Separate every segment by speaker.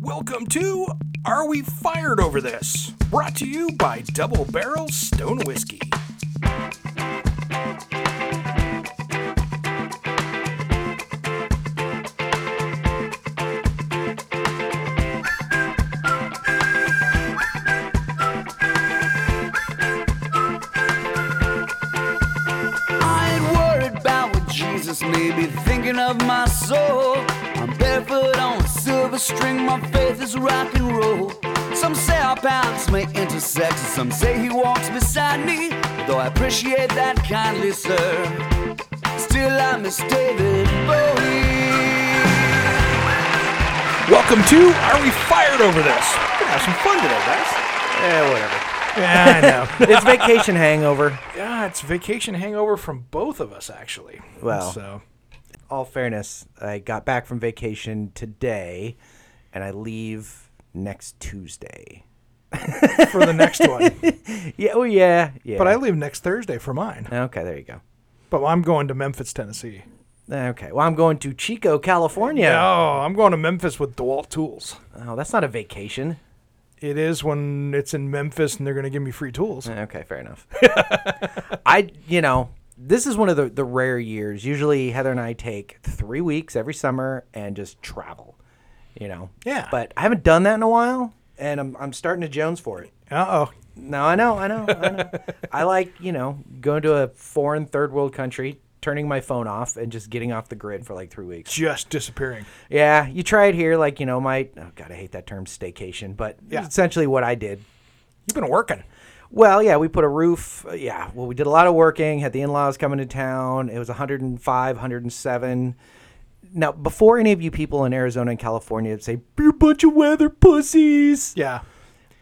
Speaker 1: Welcome to Are We Fired Over This? Brought to you by Double Barrel Stone Whiskey.
Speaker 2: I ain't worried about what Jesus may be thinking of my soul. I'm barefoot on a silver string, my faith is rock and roll. Some say our paths may intersect, and some say he walks beside me. Though I appreciate that kindly, sir, still I miss David Bowie.
Speaker 1: Welcome to Are We Fired Over This? We're gonna have some fun today, guys.
Speaker 3: Eh, whatever.
Speaker 1: Yeah, I know.
Speaker 3: It's vacation hangover.
Speaker 1: yeah, Ah, it's vacation hangover from both of us, actually.
Speaker 3: Well.
Speaker 1: so
Speaker 3: All fairness, I got back from vacation today, and I leave next Tuesday.
Speaker 1: for the next one,
Speaker 3: Yeah, oh yeah, yeah.
Speaker 1: but I leave next Thursday for mine.
Speaker 3: okay, there you go.
Speaker 1: But I'm going to Memphis, Tennessee.
Speaker 3: Okay, well I'm going to Chico, California.
Speaker 1: Oh, I'm going to Memphis with DeWalt Tools.
Speaker 3: Oh, that's not a vacation.
Speaker 1: It is when it's in Memphis and they're going to give me free tools.
Speaker 3: Okay, fair enough. I, you know, this is one of the, the rare years. Usually, Heather and I take three weeks every summer and just travel, you know.
Speaker 1: Yeah.
Speaker 3: But I haven't done that in a while, and I'm, I'm starting to Jones for it.
Speaker 1: Uh oh.
Speaker 3: No, I know, I know, I know. I like, you know, going to a foreign third world country, turning my phone off, and just getting off the grid for like three weeks.
Speaker 1: Just disappearing.
Speaker 3: Yeah, you try it here, like you know, my oh god, I hate that term, staycation, but
Speaker 1: Yeah.
Speaker 3: essentially what I did.
Speaker 1: You've been working.
Speaker 3: Well, yeah, we put a roof. uh, Yeah, well, we did a lot of working. Had the in-laws coming to town. It was 105, 107. Now, before any of you people in Arizona and California say, "You're a bunch of weather pussies,"
Speaker 1: Yeah.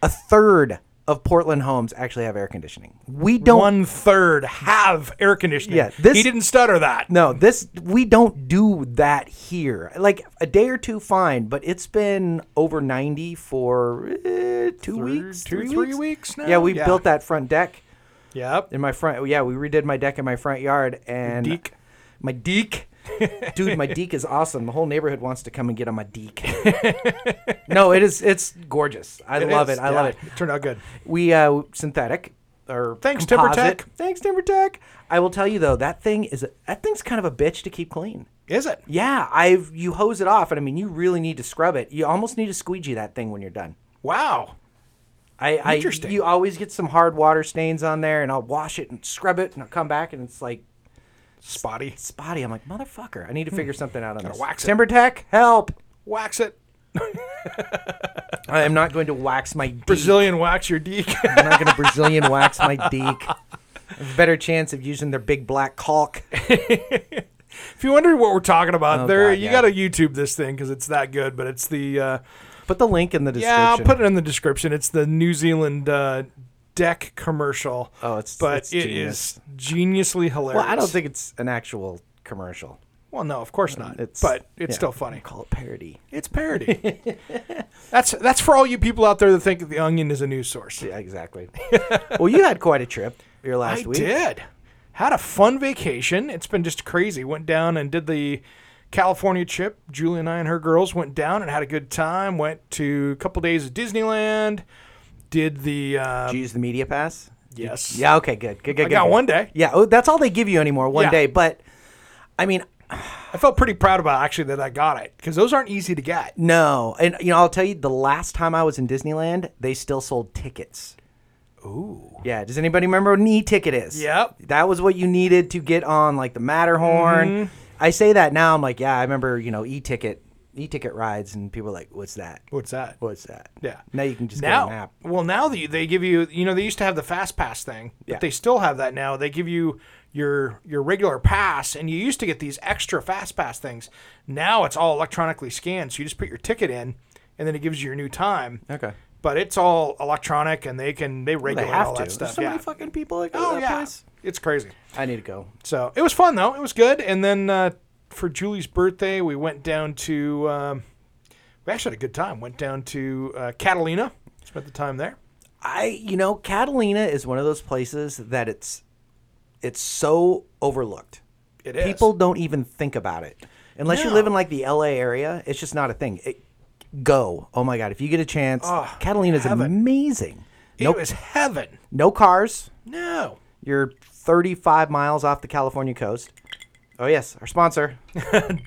Speaker 3: a third of Portland homes actually have air conditioning. We don't.
Speaker 1: one third have air conditioning.
Speaker 3: Yeah, this-
Speaker 1: he didn't stutter that.
Speaker 3: No, this we don't do that here. Like a day or two, fine, but it's been over ninety for eh, two weeks,
Speaker 1: two,
Speaker 3: three
Speaker 1: three
Speaker 3: weeks?
Speaker 1: weeks now?
Speaker 3: Yeah, we
Speaker 1: Yeah.
Speaker 3: built that front deck
Speaker 1: Yep.
Speaker 3: in my front. Yeah, we redid my deck in my front yard and
Speaker 1: deck.
Speaker 3: My deek. Dude, my deek is awesome. The whole neighborhood wants to come and get on my deek. no, it is. It's gorgeous. I love
Speaker 1: is,
Speaker 3: it. I
Speaker 1: yeah.
Speaker 3: love it.
Speaker 1: Turned out good.
Speaker 3: We uh synthetic or
Speaker 1: Thanks,
Speaker 3: composite.
Speaker 1: TimberTech.
Speaker 3: Thanks Timber Tech. I will tell you though, that thing is a, that thing's kind of a bitch to keep clean.
Speaker 1: Is it?
Speaker 3: Yeah, I've you hose it off, and I mean you really need to scrub it. You almost need to squeegee that thing when you're done.
Speaker 1: Wow.
Speaker 3: I, I
Speaker 1: Interesting.
Speaker 3: you always get some hard water stains on there, and I'll wash it and scrub it, and I'll come back and it's like
Speaker 1: Spotty.
Speaker 3: spotty. I'm like motherfucker, I need to figure something out on this.
Speaker 1: wax it.
Speaker 3: Timber Tech, help!
Speaker 1: Wax it.
Speaker 3: I am not going to wax my deek.
Speaker 1: Brazilian wax your deek.
Speaker 3: I'm not going to Brazilian wax my deek. Better chance of using their big black caulk.
Speaker 1: if you wonder what we're talking about,
Speaker 3: Oh,
Speaker 1: there
Speaker 3: God,
Speaker 1: you
Speaker 3: yeah.
Speaker 1: got to YouTube this thing because it's that good. But it's the uh,
Speaker 3: Put the link in the description.
Speaker 1: yeah, I'll put it in the description. It's the New Zealand uh, deck commercial.
Speaker 3: Oh, it's-
Speaker 1: but
Speaker 3: it's
Speaker 1: it
Speaker 3: genius.
Speaker 1: is geniusly hilarious.
Speaker 3: Well, I don't think it's an actual commercial.
Speaker 1: Well, no, of course not.
Speaker 3: It's
Speaker 1: but it's
Speaker 3: yeah,
Speaker 1: still funny.
Speaker 3: Call it parody.
Speaker 1: It's parody. that's that's for all you people out there that think the Onion is a news source.
Speaker 3: Yeah, exactly. well, you had quite a trip your last
Speaker 1: I
Speaker 3: week.
Speaker 1: did. Had a fun vacation. It's been just crazy. Went down and did the California trip. Julie and I and her girls went down and had a good time. Went to a couple days of Disneyland. Did the uh,
Speaker 3: Did you use the media pass?
Speaker 1: yes.
Speaker 3: Yeah. Okay. Good. Good.
Speaker 1: I
Speaker 3: Good. good,
Speaker 1: got
Speaker 3: good.
Speaker 1: one day.
Speaker 3: Yeah. Oh, that's all they give you anymore. One
Speaker 1: Yeah.
Speaker 3: day. But I mean,
Speaker 1: I felt pretty proud about actually that I got it because those aren't easy to get.
Speaker 3: no. And you know, I'll tell you, the last time I was in Disneyland, they still sold tickets. Ooh. Yeah. Does anybody remember what an e-ticket is?
Speaker 1: Yep.
Speaker 3: That was what you needed to get on like the Matterhorn.
Speaker 1: Mm-hmm.
Speaker 3: I say that now. I'm like, yeah, I remember. You know, e-ticket, e-ticket rides, and people are like, what's that?
Speaker 1: What's that?
Speaker 3: What's that?
Speaker 1: Yeah.
Speaker 3: Now you can just
Speaker 1: now,
Speaker 3: get an app.
Speaker 1: Well, now they, they give you, you know, they used to have the fast pass thing, but
Speaker 3: Yeah.
Speaker 1: they still have that now. They give you your your regular pass, and you used to get these extra fast pass things. Now it's all electronically scanned, so you just put your ticket in, and then it gives you your new time.
Speaker 3: Okay.
Speaker 1: But it's all electronic, and they can they
Speaker 3: They
Speaker 1: regulate all
Speaker 3: have to.
Speaker 1: that stuff.
Speaker 3: There's so
Speaker 1: yeah.
Speaker 3: many fucking people that go
Speaker 1: oh
Speaker 3: to that
Speaker 1: yeah,
Speaker 3: place.
Speaker 1: it's crazy.
Speaker 3: I need to go.
Speaker 1: So it was fun though. It was good. And then uh, for Julie's birthday, we went down to. Um, we actually had a good time. Went down to uh, Catalina. Spent the time there.
Speaker 3: I, you know, Catalina is one of those places that it's, it's so overlooked.
Speaker 1: It is.
Speaker 3: People don't even think about it unless you
Speaker 1: No.
Speaker 3: live in like the L.A. area. It's just not a thing. It, Go. Oh my God. If you get a chance,
Speaker 1: Ah,
Speaker 3: Catalina's
Speaker 1: heaven.
Speaker 3: amazing.
Speaker 1: It
Speaker 3: Nope.
Speaker 1: was heaven.
Speaker 3: No cars.
Speaker 1: No.
Speaker 3: You're 35 miles off the California coast. Oh, yes. Our sponsor.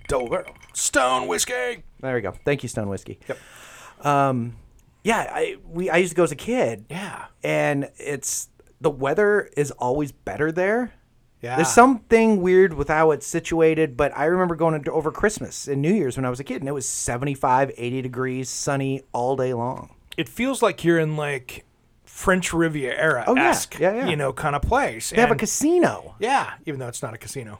Speaker 1: Dover. Stone whiskey.
Speaker 3: There we go. Thank you, Stone Whiskey. Yep. Um, yeah, I we I used to go as a kid.
Speaker 1: Yeah.
Speaker 3: And it's the weather is always better there.
Speaker 1: Yeah.
Speaker 3: There's something weird with how it's situated, but I remember going into, over Christmas and New Year's when I was a kid, and it was 75, 80 degrees, sunny all day long.
Speaker 1: It feels like you're in like French Riviera esque,
Speaker 3: Oh, yeah, yeah.
Speaker 1: you know, kind of place.
Speaker 3: They have a
Speaker 1: And-
Speaker 3: casino.
Speaker 1: Yeah, even though it's not a casino,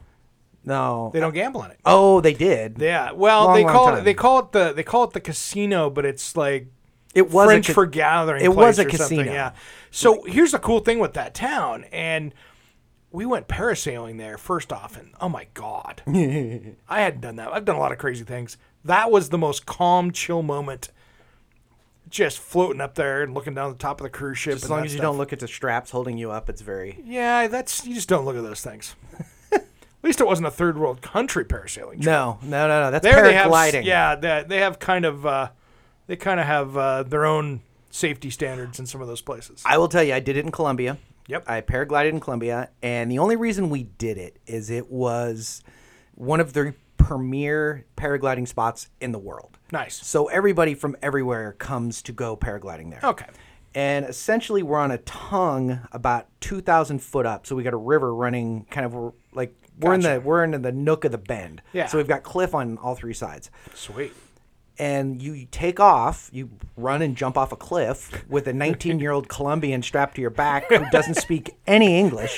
Speaker 3: No.
Speaker 1: they don't gamble on it.
Speaker 3: Oh, they did.
Speaker 1: Yeah, well,
Speaker 3: Long,
Speaker 1: they
Speaker 3: long
Speaker 1: call it
Speaker 3: time.
Speaker 1: they call it the they call it the casino, but it's like
Speaker 3: It was a
Speaker 1: French
Speaker 3: ca-
Speaker 1: for gathering.
Speaker 3: it
Speaker 1: place
Speaker 3: was a
Speaker 1: or something,
Speaker 3: casino.
Speaker 1: Yeah. So here's the cool thing with that town, and we went parasailing there first off, and oh my god, I hadn't done that. I've done a lot of crazy things. That was the most calm, chill moment. Just floating up there and looking down the top of the cruise ship.
Speaker 3: As long as you don't look at the straps holding you up, it's very.
Speaker 1: Yeah, that's you just don't look at those things. at least it wasn't a third world country parasailing. trip.
Speaker 3: No, no, no, no. That's
Speaker 1: There they have
Speaker 3: paragliding.
Speaker 1: s- yeah, they, they have kind of uh, they kind of have uh, their own safety standards in some of those places.
Speaker 3: I will tell you, I did it in Colombia.
Speaker 1: Yep.
Speaker 3: I paraglided in Colombia, and the only reason we did it is it was one of the premier paragliding spots in the world.
Speaker 1: nice.
Speaker 3: So everybody from everywhere comes to go paragliding there.
Speaker 1: Okay.
Speaker 3: And essentially, we're on a tongue about 2,000 foot up. So we got a river running kind of like we're in the we're in the nook of the bend.
Speaker 1: Yeah.
Speaker 3: So we've got cliff on all three sides
Speaker 1: Sweet.
Speaker 3: and you take off, you run and jump off a cliff with a 19 year old Colombian strapped to your back who doesn't speak any English.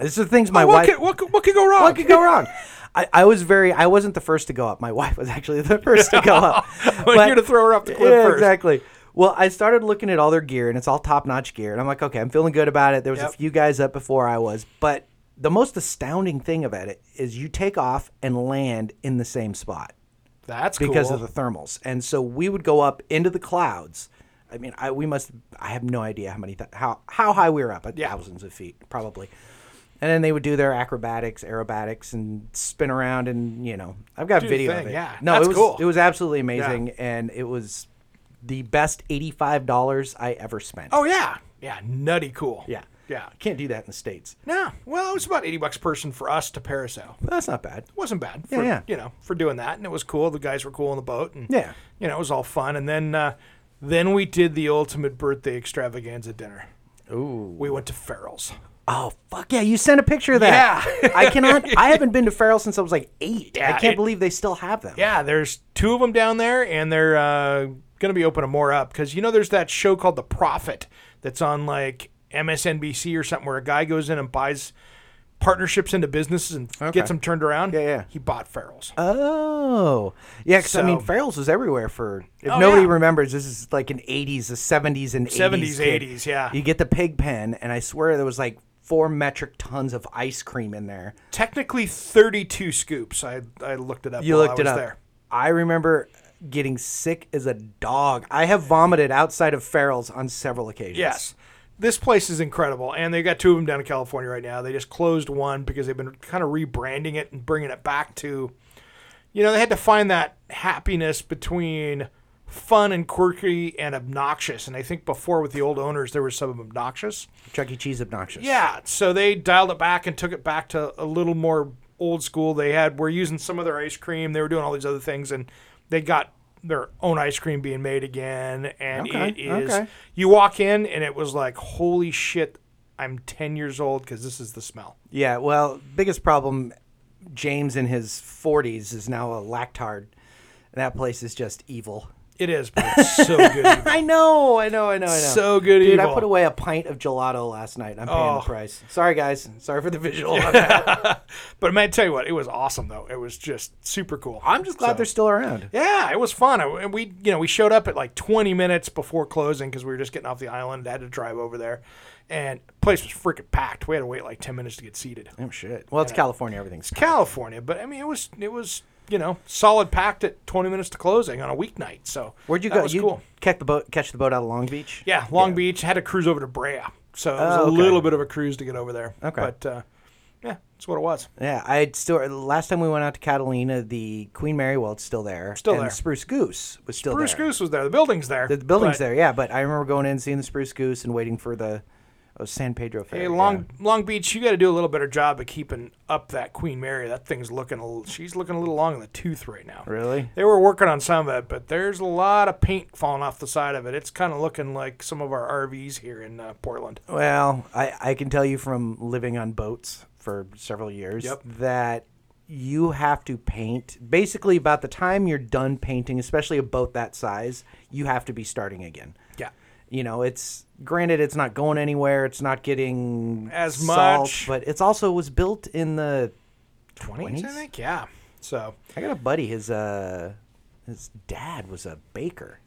Speaker 3: These are things my
Speaker 1: what,
Speaker 3: wife.
Speaker 1: could, what, could, what could go wrong?
Speaker 3: what could go wrong? I, I was very. I wasn't the first to go up. My wife was actually the first to go up.
Speaker 1: Well, you're to throw her off the cliff
Speaker 3: Yeah,
Speaker 1: first.
Speaker 3: exactly. Well, I started looking at all their gear, and it's all top notch gear, and I'm like, okay, I'm feeling good about it. There was
Speaker 1: Yep.
Speaker 3: a few guys up before I was, but the most astounding thing about it is you take off and land in the same spot
Speaker 1: That's
Speaker 3: because
Speaker 1: cool.
Speaker 3: of the thermals. And so we would go up into the clouds. I mean, I we must. I have no idea how many th- how how high we were up.
Speaker 1: Yeah.
Speaker 3: Thousands of feet, probably. And then they would do their acrobatics, aerobatics, and spin around, and you know, I've got
Speaker 1: the
Speaker 3: video
Speaker 1: thing,
Speaker 3: of it.
Speaker 1: yeah.
Speaker 3: no,
Speaker 1: That's
Speaker 3: it was
Speaker 1: cool.
Speaker 3: it was absolutely amazing, and it was the best eighty five dollars I ever spent.
Speaker 1: oh yeah, yeah, nutty cool.
Speaker 3: yeah,
Speaker 1: yeah.
Speaker 3: Can't do that in the states.
Speaker 1: No, well, it was about eighty bucks a person for us to parasail.
Speaker 3: But that's not bad.
Speaker 1: wasn't bad.
Speaker 3: Yeah,
Speaker 1: for,
Speaker 3: yeah.
Speaker 1: You know, for doing that, and it was cool. The guys were cool on the boat, and
Speaker 3: Yeah.
Speaker 1: you know, it was all fun. And then, uh, then we did the ultimate birthday extravaganza dinner. Ooh. We went to Farrell's.
Speaker 3: Oh fuck yeah! You sent a picture of that.
Speaker 1: Yeah.
Speaker 3: I cannot. I haven't been to Farrell since I was like eight.
Speaker 1: Yeah,
Speaker 3: I can't
Speaker 1: it-
Speaker 3: believe they still have them.
Speaker 1: Yeah, there's two of them down there, and they're uh, going to be opening more up because you know there's that show called The Prophet that's on like MSNBC or something where a guy goes in and buys partnerships into businesses and gets them turned around.
Speaker 3: Yeah, yeah.
Speaker 1: He bought Farrell's.
Speaker 3: Oh, yeah. 'cause, I mean,
Speaker 1: So-
Speaker 3: Farrell's was everywhere for. If
Speaker 1: Oh,
Speaker 3: nobody
Speaker 1: yeah.
Speaker 3: remembers, this is like an '80s, a '70s and
Speaker 1: 70s,
Speaker 3: '80s, kid.
Speaker 1: 80s, yeah.
Speaker 3: You get the pig pen, and I swear there was like four metric tons of ice cream in there.
Speaker 1: Technically 32 scoops. I, I looked it up.
Speaker 3: You
Speaker 1: while
Speaker 3: looked
Speaker 1: I
Speaker 3: it
Speaker 1: was
Speaker 3: up.
Speaker 1: There.
Speaker 3: I remember getting sick as a dog. I have vomited outside of Farrell's on several occasions.
Speaker 1: Yes. This place is incredible, and they've got two of them down in California right now. They just closed one because they've been kind of rebranding it and bringing it back to, you know, they had to find that happiness between fun and quirky and obnoxious. And I think before with the old owners, there was some obnoxious.
Speaker 3: Chuck E. Cheese obnoxious.
Speaker 1: Yeah, so they dialed it back and took it back to a little more old school. They had were using some of their ice cream. They were doing all these other things, and they got their own ice cream being made again. And
Speaker 3: Okay,
Speaker 1: it is
Speaker 3: okay.
Speaker 1: you walk in and it was like holy shit. I'm 10 years old because this is the smell.
Speaker 3: Yeah, well, biggest problem James in his 40s is now a lactard. That place is just evil.
Speaker 1: It is, but it's so good.
Speaker 3: I know, I know, I know, I know.
Speaker 1: So good
Speaker 3: Dude, I
Speaker 1: evil.
Speaker 3: put away a pint of gelato last night. I'm
Speaker 1: Oh.
Speaker 3: paying the price. Sorry, guys. Sorry for the visual. on that.
Speaker 1: But man, I tell you what, it was awesome though. It was just super cool.
Speaker 3: I'm just glad
Speaker 1: So-
Speaker 3: they're still around.
Speaker 1: Yeah, it was fun. I, and we, you know, we showed up at like 20 minutes before closing because we were just getting off the island. had to drive over there, and place was freaking packed. We had to wait like 10 minutes to get seated.
Speaker 3: Oh, shit. Well, it's California. Everything's.
Speaker 1: California, but I mean, it was it was you know solid packed at 20 minutes to closing on a weeknight. So
Speaker 3: Where'd you
Speaker 1: that
Speaker 3: go?
Speaker 1: Was
Speaker 3: you
Speaker 1: cool.
Speaker 3: catch the boat. Catch the boat out of Long Beach.
Speaker 1: Yeah, Long Beach had to cruise over to Brea, so it was
Speaker 3: Oh,
Speaker 1: a
Speaker 3: okay.
Speaker 1: little bit of a cruise to get over there.
Speaker 3: Okay.
Speaker 1: but uh, yeah, That's what it was.
Speaker 3: Yeah, I had still last time we went out to Catalina, the Queen Mary Welt's still there.
Speaker 1: Still
Speaker 3: and
Speaker 1: there.
Speaker 3: The Spruce Goose was still
Speaker 1: Bruce
Speaker 3: there.
Speaker 1: Goose was there. The building's there.
Speaker 3: The, the building's
Speaker 1: but-
Speaker 3: there, yeah. But I remember going in, seeing the Spruce Goose, and waiting for the oh San Pedro Fair.
Speaker 1: Hey,
Speaker 3: yeah.
Speaker 1: Long Long Beach, you got to do a little better job of keeping up that Queen Mary. That thing's looking a little, she's looking a little long in the tooth right now.
Speaker 3: Really?
Speaker 1: They were working on some of it, but there's a lot of paint falling off the side of it. It's kind of looking like some of our RVs here in uh, Portland.
Speaker 3: Well, I, I can tell you from living on boats for several years
Speaker 1: Yep.
Speaker 3: that you have to paint basically about the time you're done painting, especially a boat that size, you have to be starting again.
Speaker 1: Yeah.
Speaker 3: You know, it's granted it's not going anywhere, it's not getting
Speaker 1: As
Speaker 3: salt,
Speaker 1: much.
Speaker 3: but it's also was built in the
Speaker 1: 20s, I
Speaker 3: 20s?
Speaker 1: think. Yeah. So
Speaker 3: I got a buddy. His uh, his dad was a baker.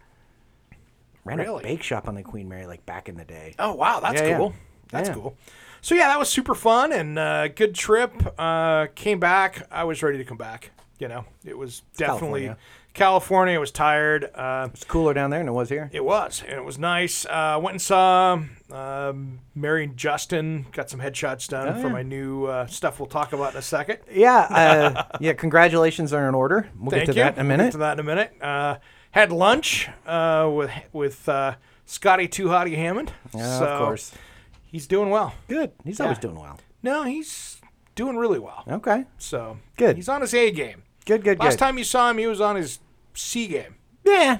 Speaker 3: Ran
Speaker 1: Really?
Speaker 3: a bake shop on the Queen Mary, like back in the day.
Speaker 1: Oh wow, that's
Speaker 3: Yeah, yeah.
Speaker 1: cool. That's
Speaker 3: Yeah.
Speaker 1: cool. So yeah, that was super fun and uh, good trip. Uh, came back. I was ready to come back. You know, it was definitely California.
Speaker 3: California.
Speaker 1: I was tired. Uh,
Speaker 3: It's cooler down there than it was here.
Speaker 1: it was, and it was nice. Uh, went and saw um, Mary and Justin. Got some headshots done
Speaker 3: Oh,
Speaker 1: for my new uh, stuff. We'll talk about in a second.
Speaker 3: Yeah, uh, yeah. Congratulations are in order. We'll
Speaker 1: Thank
Speaker 3: get to
Speaker 1: you.
Speaker 3: that in a
Speaker 1: We'll get
Speaker 3: minute.
Speaker 1: to that in a minute. Uh, had lunch uh, with with uh, Scotty Too Hottie Hammond.
Speaker 3: Yeah,
Speaker 1: So
Speaker 3: of course.
Speaker 1: he's doing well.
Speaker 3: Good. He's always doing well.
Speaker 1: No, he's doing really well.
Speaker 3: Okay.
Speaker 1: So
Speaker 3: Good.
Speaker 1: He's on his A game.
Speaker 3: Good. Good.
Speaker 1: Last
Speaker 3: good.
Speaker 1: time you saw him, he was on his C game,
Speaker 3: yeah.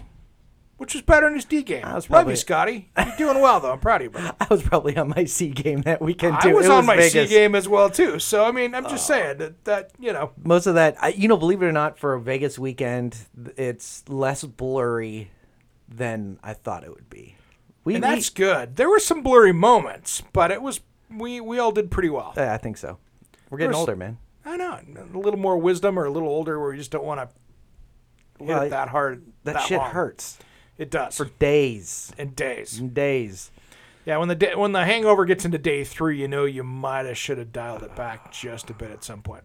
Speaker 1: which was better than his D game.
Speaker 3: I was
Speaker 1: Love
Speaker 3: probably-
Speaker 1: you, Scotty. You're doing well though. I'm proud of you, brother.
Speaker 3: I was probably on my C game that weekend too.
Speaker 1: I was
Speaker 3: It
Speaker 1: on my
Speaker 3: Vegas. Oh.
Speaker 1: C game as well too. So I mean, I'm just saying that, that you know.
Speaker 3: Most of that, I, you know, believe it or not, for a Vegas weekend, th- it's less blurry than I thought it would be. We,
Speaker 1: And
Speaker 3: we-
Speaker 1: that's good. There were some blurry moments, but it was we we all did pretty well.
Speaker 3: Uh, I think so. We're getting
Speaker 1: There's-
Speaker 3: older, man.
Speaker 1: I know a little more wisdom or a little older, where you just don't want to hit
Speaker 3: Well,
Speaker 1: it that hard.
Speaker 3: That, shit
Speaker 1: long.
Speaker 3: hurts
Speaker 1: It does
Speaker 3: for Mm. days
Speaker 1: and days.
Speaker 3: and days.
Speaker 1: Yeah, when the day, when the hangover gets into day three, you know you might have should have dialed it back just a bit at some point.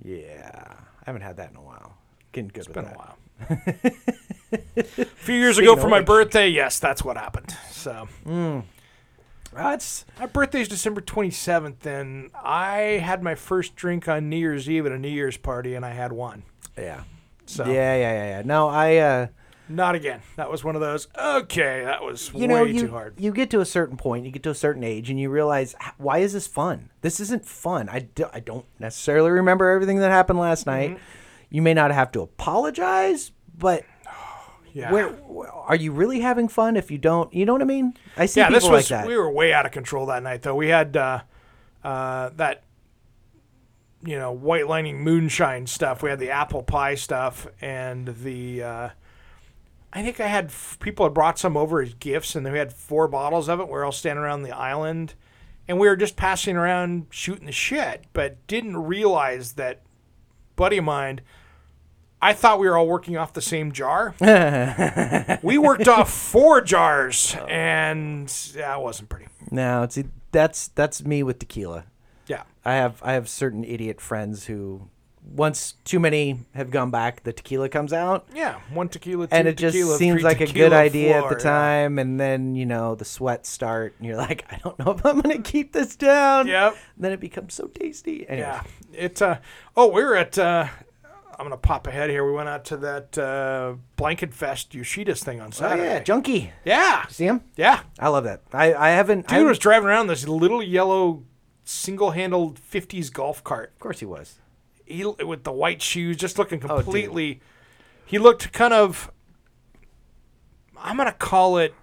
Speaker 3: Yeah, I haven't had that in a while. Getting good with
Speaker 1: Been a
Speaker 3: that.
Speaker 1: while. a few years ago
Speaker 3: Speaking
Speaker 1: for
Speaker 3: of
Speaker 1: my
Speaker 3: which-
Speaker 1: birthday, yes, that's what happened. So
Speaker 3: That's
Speaker 1: my birthday is December twenty seventh, and I had my first drink on New Year's Eve at a New Year's party, and I had one.
Speaker 3: yeah.
Speaker 1: So
Speaker 3: Yeah, yeah, yeah, yeah. No, I. Uh,
Speaker 1: not again. That was one of those. Okay, that was
Speaker 3: you
Speaker 1: way
Speaker 3: know, you
Speaker 1: too hard.
Speaker 3: you get to a certain point, you get to a certain age, and you realize "H- why is this fun? This isn't fun. I do, I don't necessarily remember everything that happened last
Speaker 1: Mm-hmm.
Speaker 3: night. You may not have to apologize, but
Speaker 1: Yeah.
Speaker 3: where, where- are you really having fun if you don't? You know what I mean? I see
Speaker 1: yeah,
Speaker 3: people
Speaker 1: this was
Speaker 3: like that.
Speaker 1: we were way out of control that night though. We had uh, uh, that you know white lining moonshine stuff. We had the apple pie stuff and the uh, I think I had f- people had brought some over as gifts, and then we had four bottles of it. We were all standing around the island, and we were just passing around shooting the shit, but didn't realize that buddy of mine. I thought we were all working off the same jar. we worked off four jars, and yeah, it wasn't pretty.
Speaker 3: No, see, that's that's me with tequila.
Speaker 1: Yeah,
Speaker 3: I have I have certain idiot friends who, once too many have gone back, the tequila comes out.
Speaker 1: yeah, one tequila, two
Speaker 3: and it just
Speaker 1: tequila,
Speaker 3: seems
Speaker 1: three
Speaker 3: like a
Speaker 1: tequila, uh,
Speaker 3: good idea at
Speaker 1: four,
Speaker 3: the
Speaker 1: yeah.
Speaker 3: time and then you know the sweats start and you're like i don't know if i'm gonna keep this down
Speaker 1: Yep.
Speaker 3: then it becomes so tasty Anyways,
Speaker 1: Yeah, it. Uh, oh, we were at. Uh, I'm gonna pop ahead here. We went out to that uh, Blanket Fest Yoshida's thing on
Speaker 3: oh
Speaker 1: Saturday.
Speaker 3: yeah junkie
Speaker 1: yeah,
Speaker 3: see him
Speaker 1: yeah.
Speaker 3: i love that i i haven't I,
Speaker 1: Dude was
Speaker 3: of
Speaker 1: driving around this little yellow single-handled 50s golf cart.
Speaker 3: course he was
Speaker 1: he with the white shoes, just looking
Speaker 3: Oh, dude.
Speaker 1: completely. he looked kind of. I'm gonna call it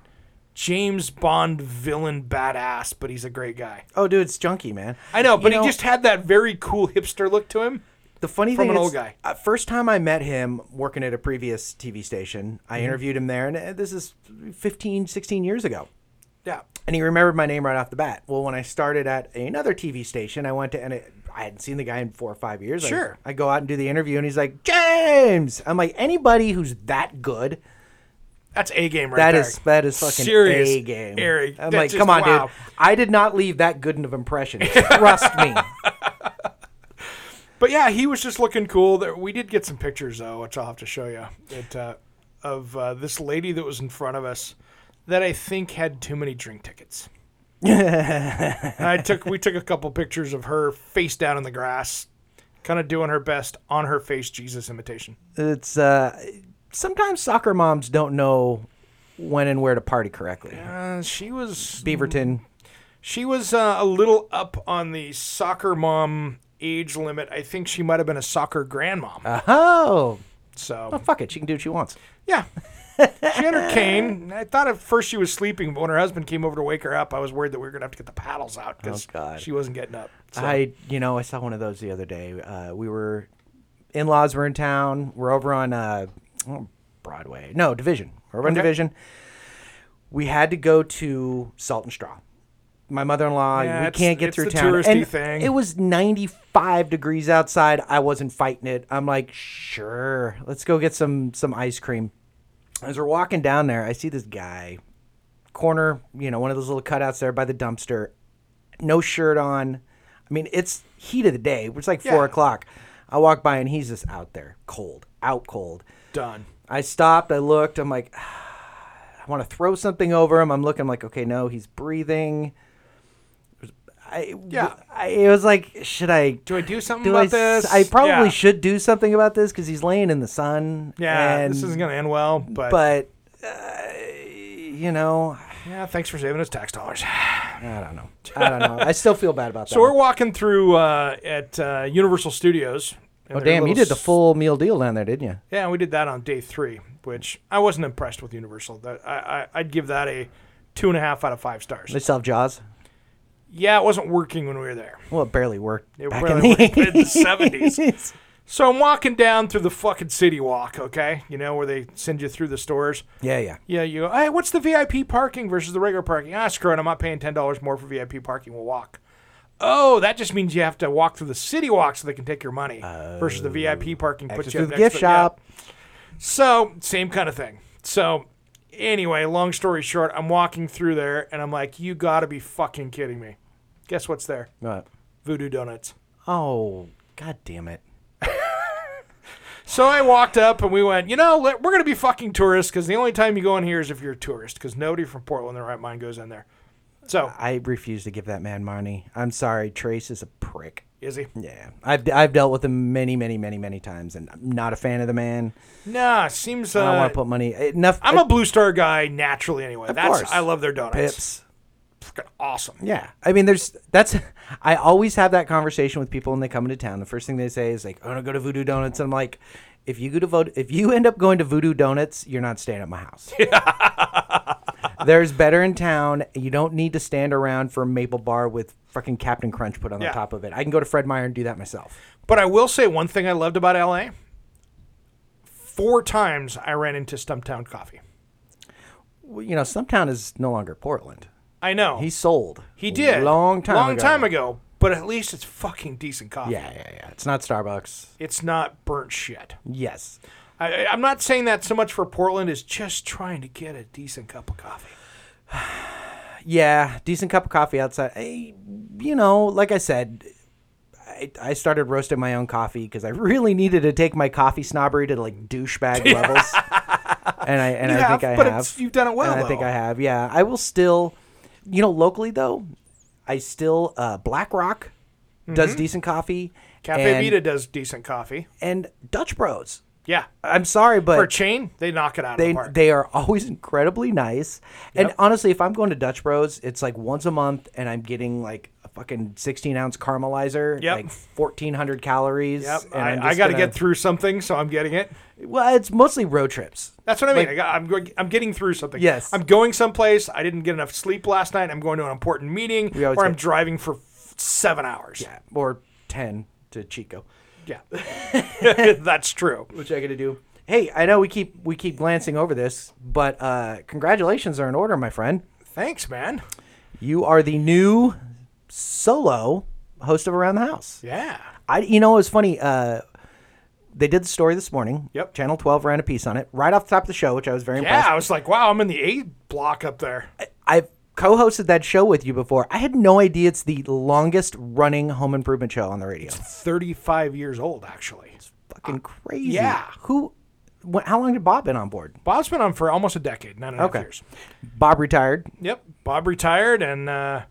Speaker 1: James Bond villain badass, but he's a great guy.
Speaker 3: oh dude it's junkie man
Speaker 1: I know, but
Speaker 3: You
Speaker 1: he just had that very cool hipster look to him.
Speaker 3: the funny
Speaker 1: from
Speaker 3: thing
Speaker 1: an
Speaker 3: is,
Speaker 1: old guy.
Speaker 3: uh, first time i met him working at a previous tv station i
Speaker 1: Mm-hmm.
Speaker 3: interviewed him there and uh, this is 15 16 years ago
Speaker 1: Yeah,
Speaker 3: and he remembered my name right off the bat. Well, when I started at another TV station, I went to and it, I hadn't seen the guy in four or five years. I-
Speaker 1: Sure.
Speaker 3: I, go out and do the interview, and he's like, "James." I'm like, anybody who's that good,
Speaker 1: that's a game right
Speaker 3: that
Speaker 1: there.
Speaker 3: is that is fucking
Speaker 1: Serious
Speaker 3: a game.
Speaker 1: Eric,
Speaker 3: I'm
Speaker 1: that's
Speaker 3: like,
Speaker 1: just-
Speaker 3: come on,
Speaker 1: wow.
Speaker 3: dude. I did not leave that good of an impression. Trust me.
Speaker 1: But yeah, he was just looking cool. There, we did get some pictures though, which I'll have to show you. It, uh, of uh, this lady that was in front of us, that I think had too many drink tickets. I took we took a couple pictures of her face down in the grass, kind of doing her best on her face Jesus imitation.
Speaker 3: It's uh, sometimes soccer moms don't know when and where to party correctly.
Speaker 1: Uh, she was
Speaker 3: Beaverton,
Speaker 1: she was uh, a little up on the soccer mom age limit. I think she might have been a soccer grandmom.
Speaker 3: oh,
Speaker 1: so
Speaker 3: fuck it, she can do what she wants.
Speaker 1: yeah. She had her cane. I thought at first she was sleeping, but when her husband came over to wake her up, I was worried that we were going to have to get the paddles out because
Speaker 3: Oh, God.
Speaker 1: she wasn't getting up. So,
Speaker 3: I, you know, I saw one of those the other day. Uh, we were in laws were in town. We're over on uh, oh, Broadway. No, Division. We're over on
Speaker 1: Okay.
Speaker 3: Division. We had to go to Salt and Straw. My mother-in-law.
Speaker 1: Yeah,
Speaker 3: we
Speaker 1: it's-
Speaker 3: can't get
Speaker 1: it's
Speaker 3: through
Speaker 1: the
Speaker 3: town.
Speaker 1: touristy
Speaker 3: and
Speaker 1: thing.
Speaker 3: It was 95 degrees outside. I wasn't fighting it. I'm like, sure, let's go get some some ice cream. As we're walking down there, I see this guy, corner, you know, one of those little cutouts there by the dumpster, no shirt on. I mean, it's heat of the day. It's like
Speaker 1: Yeah.
Speaker 3: four o'clock. I walk by and he's just out there, cold, out cold.
Speaker 1: done.
Speaker 3: I stopped. I looked. I'm like, I want to throw something over him. I'm looking. I'm like, okay, no, he's breathing. I,
Speaker 1: Yeah.
Speaker 3: I, it was like, should I
Speaker 1: Do I do something
Speaker 3: do I
Speaker 1: about
Speaker 3: s-
Speaker 1: this?
Speaker 3: I probably
Speaker 1: Yeah.
Speaker 3: should do something about this because he's laying in the sun.
Speaker 1: Yeah, this
Speaker 3: and-
Speaker 1: isn't going to end well, but,
Speaker 3: But uh, you know,
Speaker 1: yeah, thanks for saving us tax dollars.
Speaker 3: I don't know. I don't know. I still feel bad about that.
Speaker 1: So we're
Speaker 3: one.
Speaker 1: walking through uh, at uh, Universal Studios. and
Speaker 3: oh
Speaker 1: their
Speaker 3: damn, you
Speaker 1: little
Speaker 3: did the
Speaker 1: s-
Speaker 3: full meal deal down there, didn't you?
Speaker 1: Yeah, we did that on day three, which I wasn't impressed with Universal. That I, I I'd give that a two and a half out of five stars.
Speaker 3: They still have Jaws.
Speaker 1: Yeah, it wasn't working when we were there.
Speaker 3: Well, it barely worked
Speaker 1: It
Speaker 3: back
Speaker 1: barely
Speaker 3: in
Speaker 1: worked
Speaker 3: the,
Speaker 1: in the 70s.
Speaker 3: 80s.
Speaker 1: So I'm walking down through the fucking city walk, okay? You know where they send you through the stores.
Speaker 3: Yeah, yeah.
Speaker 1: Yeah, you go, hey, what's the VIP parking versus the regular parking? Ah, screw it. I'm not paying $10 more for VIP parking. We'll walk. Oh, that just means you have to walk through the city walk so they can take your money versus the VIP parking.
Speaker 3: Oh, Exit
Speaker 1: puts
Speaker 3: through
Speaker 1: up
Speaker 3: the
Speaker 1: next
Speaker 3: gift
Speaker 1: to- yeah.
Speaker 3: shop.
Speaker 1: So, same kind of thing. So, anyway, long story short, I'm walking through there and I'm like, you gotta be fucking kidding me. Guess what's there?
Speaker 3: Right.
Speaker 1: Voodoo Donuts.
Speaker 3: Oh, god damn it.
Speaker 1: So I walked up and we went, you know, let, we're going to be fucking tourists because the only time you go in here is if you're a tourist because nobody from Portland, in their right mind, goes in there. So,
Speaker 3: I refuse to give that man money. I'm sorry, Trace is a prick.
Speaker 1: Izzy.
Speaker 3: Yeah, I've I've dealt with him many, many, many, many times, and I'm not a fan of the man.
Speaker 1: Nah, seems.
Speaker 3: I don't
Speaker 1: Uh,
Speaker 3: want to put money enough.
Speaker 1: I'm a Blue Star guy naturally anyway. That's
Speaker 3: course.
Speaker 1: I love their donuts.
Speaker 3: pips.
Speaker 1: Fucking awesome.
Speaker 3: Yeah, I mean, there's that's. I always have that conversation with people when they come into town. The first thing they say is like, "I'm gonna go to Voodoo Donuts." I'm like, if you go to vote, if you end up going to Voodoo Donuts, you're not staying at my house. there's better in town. You don't need to stand around for a maple bar with fucking Captain Crunch put on
Speaker 1: Yeah.
Speaker 3: the top of it. I can go to Fred Meyer and do that myself.
Speaker 1: But I will say one thing I loved about LA. Four times I ran into Stumptown Coffee.
Speaker 3: Well, you know, Stumptown is no longer Portland.
Speaker 1: I know.
Speaker 3: He sold.
Speaker 1: he did.
Speaker 3: Long time
Speaker 1: Long
Speaker 3: ago.
Speaker 1: time ago. But at least it's fucking decent coffee.
Speaker 3: Yeah, yeah, yeah. It's not Starbucks.
Speaker 1: It's not burnt shit.
Speaker 3: Yes.
Speaker 1: I, I- I'm not saying that so much for Portland is just trying to get a decent cup of coffee.
Speaker 3: Yeah, decent cup of coffee outside. I, you know, like I said, I, I started roasting my own coffee because I really needed to take my coffee snobbery to like douchebag levels. And I and
Speaker 1: You
Speaker 3: I
Speaker 1: have,
Speaker 3: think I
Speaker 1: but
Speaker 3: have.
Speaker 1: it's- you've done it well,
Speaker 3: And I think
Speaker 1: though.
Speaker 3: I have. Yeah, I will still, you know, locally though, I still uh, BlackRock does decent coffee.
Speaker 1: Mm-hmm. Cafe
Speaker 3: and,
Speaker 1: Vita does decent coffee.
Speaker 3: and Dutch Bros.
Speaker 1: Yeah.
Speaker 3: I'm sorry, but
Speaker 1: For a chain, they knock it out of
Speaker 3: they
Speaker 1: the park.
Speaker 3: they are always incredibly nice. And honestly, if I'm going to Dutch Bros, it's like once a month, and I'm getting like a fucking 16 ounce caramelizer,
Speaker 1: Yep.
Speaker 3: like 1400 calories.
Speaker 1: yep.
Speaker 3: and I'm
Speaker 1: I, I
Speaker 3: just
Speaker 1: got to
Speaker 3: gonna-
Speaker 1: get through something, so I'm getting it.
Speaker 3: Well, it's mostly road trips.
Speaker 1: That's what I mean. I got, I'm, going, I'm getting through something.
Speaker 3: Yes.
Speaker 1: I'm going someplace. I didn't get enough sleep last night. I'm going to an important meeting,
Speaker 3: We
Speaker 1: or
Speaker 3: always
Speaker 1: I'm
Speaker 3: get-
Speaker 1: driving for f- seven hours.
Speaker 3: Yeah, or 10 to Chico,
Speaker 1: Yeah. That's true.
Speaker 3: which I got to do. Hey, I know we keep we keep glancing over this, but uh, congratulations are in order, my friend.
Speaker 1: Thanks, man.
Speaker 3: You are the new solo host of Around the House.
Speaker 1: Yeah.
Speaker 3: I, you know, it was funny. Uh, they did the story this morning.
Speaker 1: Yep.
Speaker 3: Channel 12 ran a piece on it right off the top of the show, which I was very
Speaker 1: Yeah. I
Speaker 3: impressed.
Speaker 1: was like, wow, I'm in the A block up there.
Speaker 3: I've co-hosted that show with you before. I had no idea it's the longest running home improvement show on the radio.
Speaker 1: 35 years old, actually.
Speaker 3: Fucking crazy.
Speaker 1: uh, yeah.
Speaker 3: Who? Wh- how long did Bob been on board?
Speaker 1: Bob's been on for almost a decade, nine and a half
Speaker 3: Okay.
Speaker 1: years.
Speaker 3: Bob retired.
Speaker 1: Yep. Bob retired, and uh,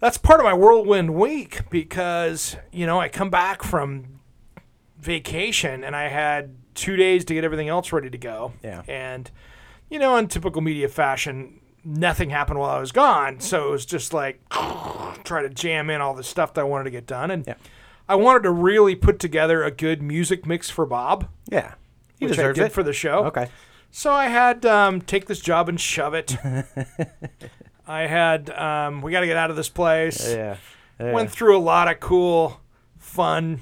Speaker 1: that's part of my whirlwind week because you know I come back from vacation and I had two days to get everything else ready to go.
Speaker 3: Yeah.
Speaker 1: And you know, in typical media fashion, nothing happened while I was gone, so it was just like try to jam in all the stuff that I wanted to get done, and
Speaker 3: Yeah.
Speaker 1: I wanted to really put together a good music mix for Bob,
Speaker 3: Yeah. He
Speaker 1: which I
Speaker 3: deserves
Speaker 1: did
Speaker 3: it.
Speaker 1: for the show.
Speaker 3: okay.
Speaker 1: So I had um, take this job and shove it. I had um, we got to get out of this place.
Speaker 3: Yeah. Yeah.
Speaker 1: Went through a lot of cool, fun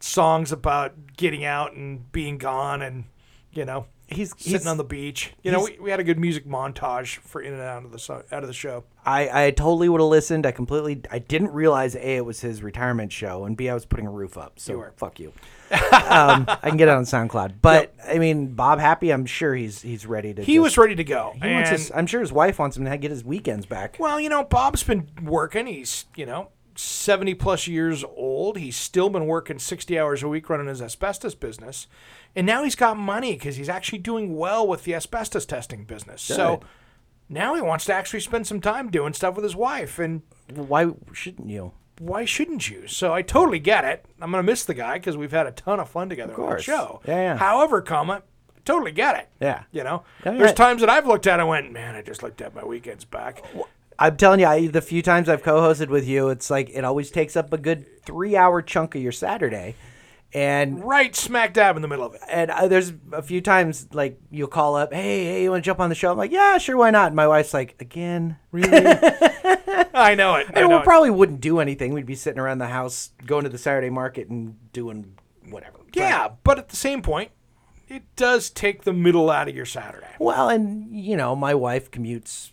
Speaker 1: songs about getting out and being gone, and you know
Speaker 3: he's, he's
Speaker 1: sitting on the beach. You know we,
Speaker 3: he's-
Speaker 1: we had a good music montage for in and out of the so- out of the show.
Speaker 3: I, I totally would have listened. I completely I didn't realize A it was his retirement show and B I was putting a roof up. So
Speaker 1: You were.
Speaker 3: fuck you. um, I can get it on SoundCloud. But I mean Bob Happy, I'm sure he's he's ready to
Speaker 1: He
Speaker 3: just-
Speaker 1: was ready to go.
Speaker 3: he wants
Speaker 1: and-
Speaker 3: his, I'm sure his wife wants him to get his weekends back.
Speaker 1: Well, you know, Bob's been working. He's, you know, 70 plus years old. He's still been working 60 hours a week running his asbestos business. And now he's got money because he's actually doing well with the asbestos testing business. So
Speaker 3: Good.
Speaker 1: now he wants to actually spend some time doing stuff with his wife. And
Speaker 3: Why shouldn't you?
Speaker 1: why shouldn't you? So I totally get it. I'm going to miss the guy because we've had a ton of fun together on the
Speaker 3: course.
Speaker 1: show.
Speaker 3: Yeah, yeah.
Speaker 1: However, comma, I totally get it.
Speaker 3: Yeah.
Speaker 1: You know,
Speaker 3: Yeah,
Speaker 1: there's
Speaker 3: yeah.
Speaker 1: times that I've looked at it and went, man, I just looked at my weekends back.
Speaker 3: I'm telling you, I, the few times I've co-hosted with you, it's like it always takes up a good three-hour chunk of your Saturday, and
Speaker 1: Right smack dab in the middle of it.
Speaker 3: and I, there's a few times like you'll call up, hey, hey, you want to jump on the show? I'm like, yeah, sure, why not? And my wife's like, again, really?
Speaker 1: I know it. I know
Speaker 3: and we
Speaker 1: it.
Speaker 3: probably wouldn't do anything. We'd be sitting around the house, going to the Saturday market and doing whatever. But-
Speaker 1: yeah, but at the same point, it does take the middle out of your Saturday.
Speaker 3: well, and you know, my wife commutes.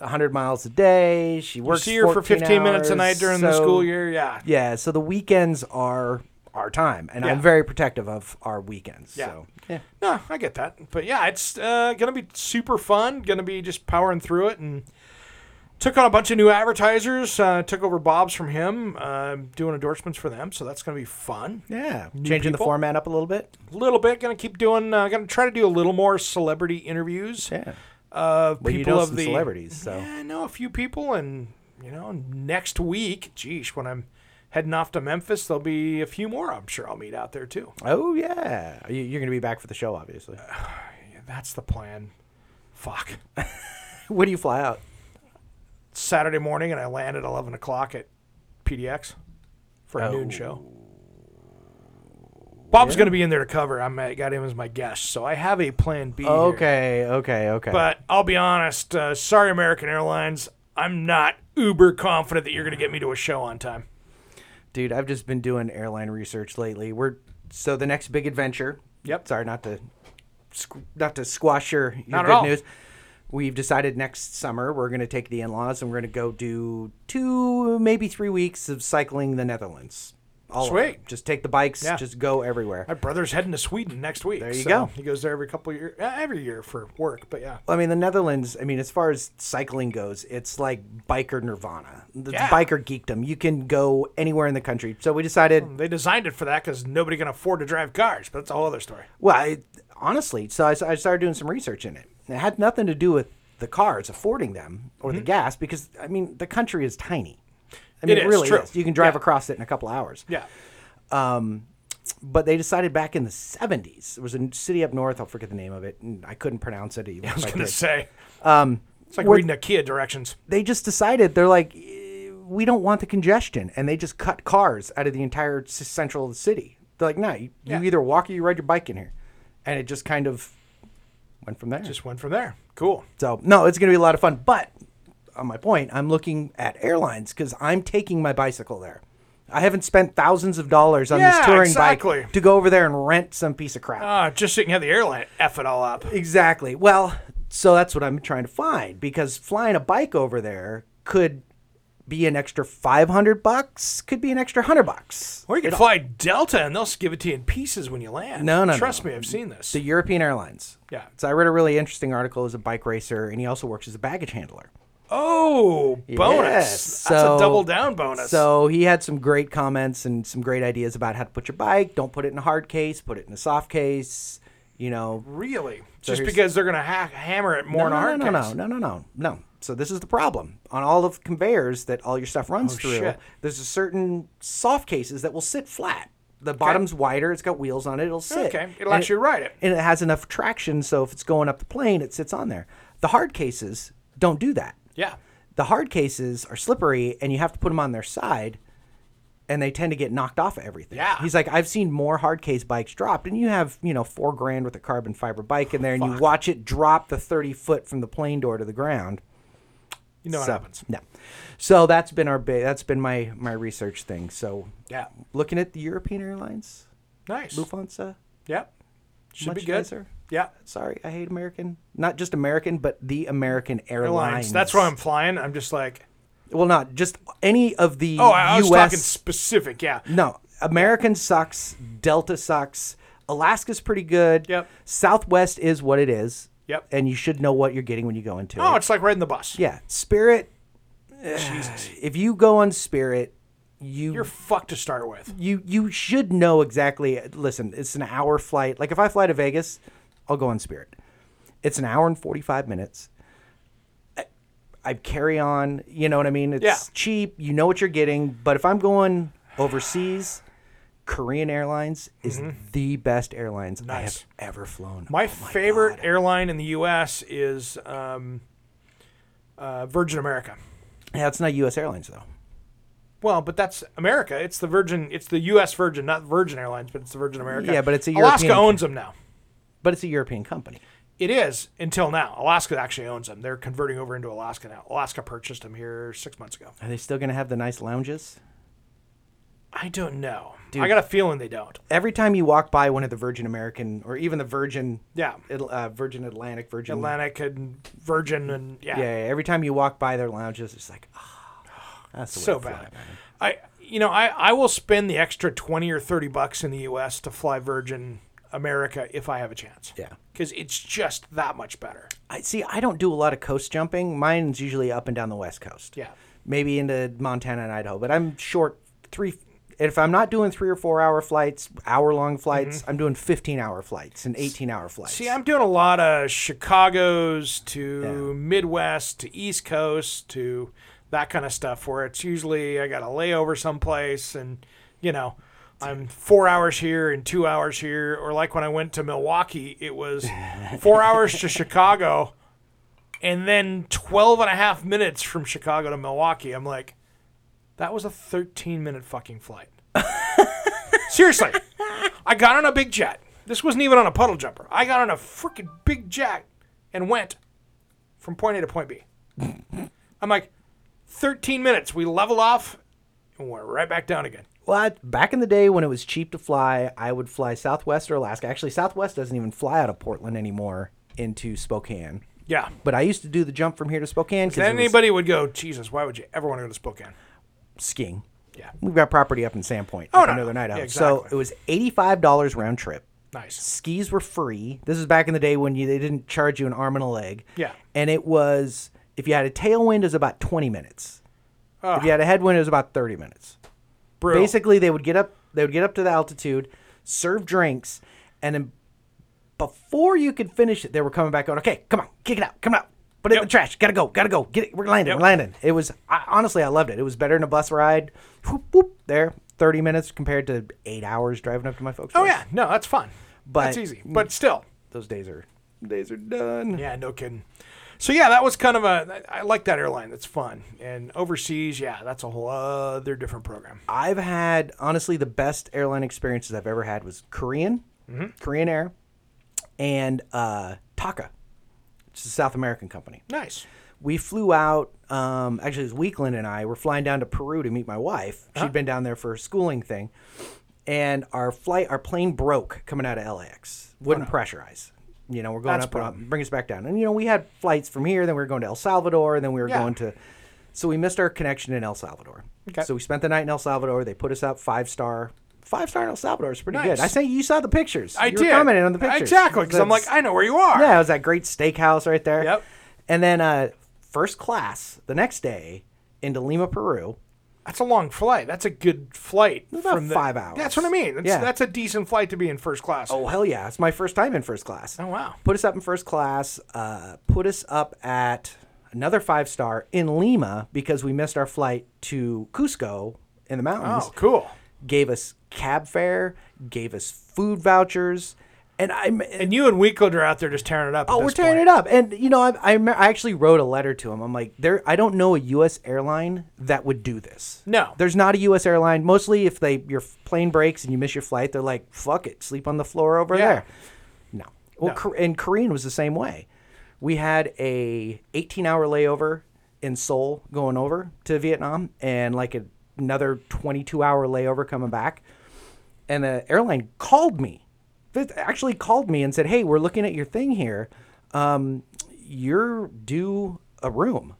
Speaker 3: 100 miles a day. She works
Speaker 1: See her for
Speaker 3: 14
Speaker 1: 15 minutes a
Speaker 3: hours,
Speaker 1: night during the
Speaker 3: so-
Speaker 1: school year. Yeah.
Speaker 3: Yeah, so the weekends are our time, and I'm
Speaker 1: Yeah.
Speaker 3: very protective of our weekends.
Speaker 1: Yeah.
Speaker 3: So yeah,
Speaker 1: No, I get that. But yeah, it's uh, going to be super fun. Going to be just powering through it and took on a bunch of new advertisers. Uh, took over Bob's from him, uh, doing endorsements for them. So that's going to be fun.
Speaker 3: yeah. changing the
Speaker 1: people?
Speaker 3: format up a little bit.
Speaker 1: A little bit. Going to keep doing, uh, going to try to do a little more celebrity interviews
Speaker 3: Yeah,
Speaker 1: of
Speaker 3: well, you
Speaker 1: people
Speaker 3: know
Speaker 1: of
Speaker 3: some
Speaker 1: the
Speaker 3: celebrities, so
Speaker 1: Yeah, I know a few people, and you know, next week, geez, when I'm heading off to Memphis, there'll be a few more. I'm sure I'll meet out there too.
Speaker 3: oh yeah, You- you're gonna be back for the show, obviously.
Speaker 1: Yeah, that's the plan. Fuck.
Speaker 3: when do you fly out?
Speaker 1: Saturday morning, and I land at 11 o'clock at PDX for a noon show.
Speaker 3: Oh.
Speaker 1: Bob's going to be in there to cover. I'm, I got him as my guest, so I have a plan B. here.
Speaker 3: Okay, okay, okay.
Speaker 1: But I'll be honest. Uh, sorry, American Airlines. I'm not uber confident that you're going to get me to a show on time.
Speaker 3: dude, I've just been doing airline research lately. We're so the next big adventure.
Speaker 1: Yep.
Speaker 3: Sorry, not to squ- not to squash your, your
Speaker 1: Not at
Speaker 3: good
Speaker 1: all.
Speaker 3: news. We've decided next summer we're going to take the in-laws and we're going to go do two, maybe three weeks of cycling the Netherlands. All of
Speaker 1: Sweet.
Speaker 3: it. Just take the bikes.
Speaker 1: Yeah.
Speaker 3: Just go everywhere.
Speaker 1: My brother's heading to Sweden next week. There
Speaker 3: you
Speaker 1: so
Speaker 3: go.
Speaker 1: He goes there every couple year, eh, every year for work. But yeah,
Speaker 3: I mean, the Netherlands, I mean, as far as cycling goes, it's like biker nirvana, the
Speaker 1: Yeah.
Speaker 3: biker geekdom. You can go anywhere in the country. So we decided
Speaker 1: they designed it for that because nobody can afford to drive cars. But that's a whole other story.
Speaker 3: Well, I, honestly, so I, I started doing some research in it. And It had nothing to do with the cars affording them or the gas because I mean the country is tiny. I mean,
Speaker 1: Mm-hmm. It
Speaker 3: it,
Speaker 1: is,
Speaker 3: really
Speaker 1: true.
Speaker 3: is. You can drive
Speaker 1: Yeah.
Speaker 3: across it in a couple hours. Um,
Speaker 1: Yeah,
Speaker 3: But they decided back in the seventies, there was a city up north. I'll forget the name of it, and I couldn't pronounce it. Even
Speaker 1: I was
Speaker 3: if
Speaker 1: gonna
Speaker 3: did.
Speaker 1: say. it's like
Speaker 3: Um, what-
Speaker 1: reading a Kia directions.
Speaker 3: They just decided they're like, "Eh, we don't want the congestion, and they just cut cars out of the entire s- central of the city. They're like, no, you,
Speaker 1: Yeah.
Speaker 3: you either walk or you ride your bike in here, and it just kind of went from there.
Speaker 1: Just went from there. Cool.
Speaker 3: So no, it's going to be a lot of fun. But on my point, I'm looking at airlines because I'm taking my bicycle there. I haven't spent thousands of dollars on
Speaker 1: Yeah,
Speaker 3: this touring
Speaker 1: exactly.
Speaker 3: bike to go over there and rent some piece of crap.
Speaker 1: Uh, just so you can have the airline f it all up.
Speaker 3: exactly. Well, so that's what I'm trying to find because flying a bike over there could be an extra 500 bucks, could be an extra 100 bucks.
Speaker 1: Or you can fly Delta and they'll give it to you in pieces when you land.
Speaker 3: No, no,
Speaker 1: Trust
Speaker 3: no.
Speaker 1: me, I've seen this.
Speaker 3: The European Airlines.
Speaker 1: Yeah.
Speaker 3: So I read a really interesting article as a bike racer and he also works as a baggage handler.
Speaker 1: oh, bonus.
Speaker 3: Yes,
Speaker 1: That's
Speaker 3: so-
Speaker 1: a double down bonus.
Speaker 3: So he had some great comments and some great ideas about how to put your bike. Don't put it in a hard case. Put it in a soft case. You know,
Speaker 1: really, just
Speaker 3: here's-
Speaker 1: because they're gonna ha- hammer it more
Speaker 3: no,
Speaker 1: in a
Speaker 3: no,
Speaker 1: hard
Speaker 3: no, no,
Speaker 1: case.
Speaker 3: no, no, no, no, no. So this is the problem on all of conveyors that all your stuff runs through.
Speaker 1: shit.
Speaker 3: There's a certain soft cases that will sit flat. The bottom's wider. It's got wheels on it. It'll sit.
Speaker 1: Okay, it'll
Speaker 3: And
Speaker 1: actually ride it.
Speaker 3: and it has enough traction. So if it's going up the plane, it sits on there. The hard cases don't do that.
Speaker 1: Yeah.
Speaker 3: The hard cases are slippery, and you have to put them on their side, and they tend to get knocked off of everything.
Speaker 1: Yeah.
Speaker 3: He's like, I've seen more hard case bikes dropped, and you have you know four grand with a carbon fiber bike in there, and you watch it drop the thirty foot from the plane door to the ground.
Speaker 1: You know what
Speaker 3: so,
Speaker 1: happens.
Speaker 3: No. So that's been our big. That's been my my research thing. So
Speaker 1: Yeah.
Speaker 3: looking at the European airlines,
Speaker 1: Nice.
Speaker 3: Lufthansa,
Speaker 1: Yeah. Should be
Speaker 3: Much
Speaker 1: good.
Speaker 3: nicer.
Speaker 1: Yeah.
Speaker 3: sorry, I hate American. Not just American, but the American airlines.
Speaker 1: Airlines. That's why I'm flying. I'm just like,
Speaker 3: Well, not just any of the.
Speaker 1: oh, I, I was
Speaker 3: US,
Speaker 1: talking specific. Yeah.
Speaker 3: No, American sucks. Delta sucks. Alaska's pretty good.
Speaker 1: Yep.
Speaker 3: Southwest is what it is.
Speaker 1: Yep.
Speaker 3: And you should know what you're getting when you go into
Speaker 1: Oh,
Speaker 3: it.
Speaker 1: it's like riding the bus.
Speaker 3: Yeah. Spirit. If you go on Spirit, you
Speaker 1: You're fucked to start with.
Speaker 3: you you should know exactly. Listen, it's an hour flight. Like if I fly to Vegas, I'll go on Spirit. It's an hour and forty five minutes. I- I carry on. You know what I mean? It's
Speaker 1: Yeah.
Speaker 3: cheap. You know what you're getting. But if I'm going overseas, Korean Airlines is the best airlines I
Speaker 1: Mm-hmm.
Speaker 3: have
Speaker 1: Nice.
Speaker 3: ever flown. Oh
Speaker 1: My, favorite airline in the U.S. is um, uh, Virgin America.
Speaker 3: yeah, it's not U.S. Airlines though.
Speaker 1: Well, but that's America. It's the Virgin. It's the U.S. Virgin, not Virgin Airlines, but it's the Virgin America.
Speaker 3: Yeah, but it's a
Speaker 1: Alaska
Speaker 3: European-
Speaker 1: owns them now.
Speaker 3: But it's a European company.
Speaker 1: It is until now. Alaska actually owns them. They're converting over into Alaska now. Alaska purchased them here six months ago.
Speaker 3: Are they still going to have the nice lounges?
Speaker 1: I don't know. I got a feeling they don't.
Speaker 3: Every time you walk by one of the Virgin American or even the Virgin
Speaker 1: Yeah,
Speaker 3: It'll, uh, Virgin Atlantic, Virgin
Speaker 1: Atlantic and Virgin and yeah,
Speaker 3: Yeah, yeah, every time you walk by their lounges, it's like, ah, that's the way
Speaker 1: so
Speaker 3: to fly,
Speaker 1: bad.
Speaker 3: man.
Speaker 1: I you know I I will spend the extra twenty or thirty bucks in the U.S. to fly Virgin America if I have a chance.
Speaker 3: Yeah.
Speaker 1: because it's just that much better.
Speaker 3: I see. I don't do a lot of coast jumping. Mine's usually up and down the West Coast.
Speaker 1: Yeah.
Speaker 3: maybe into Montana and Idaho, but I'm short three. If I'm not doing three or four hour flights, hour long flights, I'm doing 15 hour flights and 18 hour flights.
Speaker 1: Mm-hmm. See, I'm doing a lot of Chicago's to Midwest to East Coast to that kind of stuff where it's usually I got a layover someplace and, you know, I'm four hours here and two hours here. Or like when I went to Milwaukee, it was four hours to Chicago and then 12 and a half minutes from Chicago to Milwaukee. I'm like, that was a 13 minute fucking flight. Seriously. I got on a big jet. This wasn't even on a puddle jumper. I got on a freaking big jet and went from point A to point B. I'm like, 13 minutes. We leveled off and went right back down again.
Speaker 3: Well, I- back in the day when it was cheap to fly, I would fly Southwest or Alaska. Actually, Southwest doesn't even fly out of Portland anymore into Spokane.
Speaker 1: Yeah.
Speaker 3: But I used to do the jump from here to Spokane because
Speaker 1: Then anybody would go, Jesus, why would you ever want to go to Spokane?
Speaker 3: skiing.
Speaker 1: Yeah.
Speaker 3: We've got property up in Sandpoint.
Speaker 1: Oh,
Speaker 3: up
Speaker 1: no,
Speaker 3: in Northern
Speaker 1: no.
Speaker 3: Idaho.
Speaker 1: Yeah,
Speaker 3: So
Speaker 1: exactly.
Speaker 3: it was eighty-five dollars round trip.
Speaker 1: Nice.
Speaker 3: Skis were free. This is back in the day when you they didn't charge you an arm and a leg.
Speaker 1: Yeah.
Speaker 3: And it was if you had a tailwind, it was about twenty minutes. If you had a headwind, it was about thirty minutes.
Speaker 1: Brutal.
Speaker 3: Basically, they would get up. They would get up to the altitude, serve drinks, and then before you could finish it, they were coming back going, "Okay, come on, kick it out, come out, put it in the
Speaker 1: Yep.
Speaker 3: trash, gotta go, gotta go, get it, we're landing,
Speaker 1: Yep.
Speaker 3: we're landing." It was I, honestly, I loved it. It was better than a bus ride. Whoop, whoop, there, thirty minutes compared to eight hours driving up to my folks.
Speaker 1: Oh,
Speaker 3: place.
Speaker 1: yeah. No, that's fun.
Speaker 3: But-
Speaker 1: that's easy. But still.
Speaker 3: those days are days are done.
Speaker 1: Yeah, no kidding. So yeah, that was kind of a. I I like that airline. That's fun. And overseas, yeah, that's a whole other different program.
Speaker 3: I've had honestly the best airline experiences I've ever had was Korean,
Speaker 1: Mm-hmm.
Speaker 3: Korean Air, and uh, Taka, which is a South American company.
Speaker 1: Nice.
Speaker 3: we flew out. Um, actually, it was Weekland and I were flying down to Peru to meet my wife.
Speaker 1: Uh-huh.
Speaker 3: she had been down there for a schooling thing, and our flight, our plane broke coming out of LAX. Wouldn't pressurize. You know, we're going
Speaker 1: Oh, That's
Speaker 3: up
Speaker 1: a
Speaker 3: and up,
Speaker 1: problem.
Speaker 3: bring us back down. And you know, we had flights from here. Then we were going to El Salvador. And then we were
Speaker 1: Yeah.
Speaker 3: going to. So we missed our connection in El Salvador.
Speaker 1: Okay.
Speaker 3: So we spent the night in El Salvador. They put us up five star. Five star in El Salvador is pretty good.
Speaker 1: Nice.
Speaker 3: I say you saw the pictures.
Speaker 1: I
Speaker 3: you
Speaker 1: did
Speaker 3: Were commenting on the pictures
Speaker 1: exactly because I'm like,
Speaker 3: That's-
Speaker 1: I know where you are.
Speaker 3: yeah, it was that great steakhouse right there.
Speaker 1: Yep.
Speaker 3: And then uh, first class the next day into Lima, Peru.
Speaker 1: That's a long flight. That's a good flight.
Speaker 3: About five hours.
Speaker 1: That's what I mean. That's,
Speaker 3: Yeah.
Speaker 1: that's a decent flight to be in first class.
Speaker 3: Oh hell yeah! It's my first time in first class.
Speaker 1: Oh, wow.
Speaker 3: Put us up in first class. Uh, put us up at another five star in Lima because we missed our flight to Cusco in the mountains
Speaker 1: Oh, cool.
Speaker 3: gave us cab fare, gave us food vouchers, and I'm.
Speaker 1: And you and Weekland are out there just tearing it up.
Speaker 3: Oh, we're tearing it up, and you know, I, I, me- I actually wrote a letter to him. I'm like, there, I don't know a U.S. airline that would do this.
Speaker 1: No.
Speaker 3: there's not a U.S. airline. Mostly, if they your plane breaks and you miss your flight, they're like, fuck it, sleep on the floor over
Speaker 1: Yeah.
Speaker 3: there. No, well,
Speaker 1: No.
Speaker 3: Kor- and Korean was the same way. We had a 18 hour layover in Seoul going over to Vietnam, and like a, another 22 hour layover coming back and the airline called me They actually called me and said hey we're looking at your thing here um, you're due a room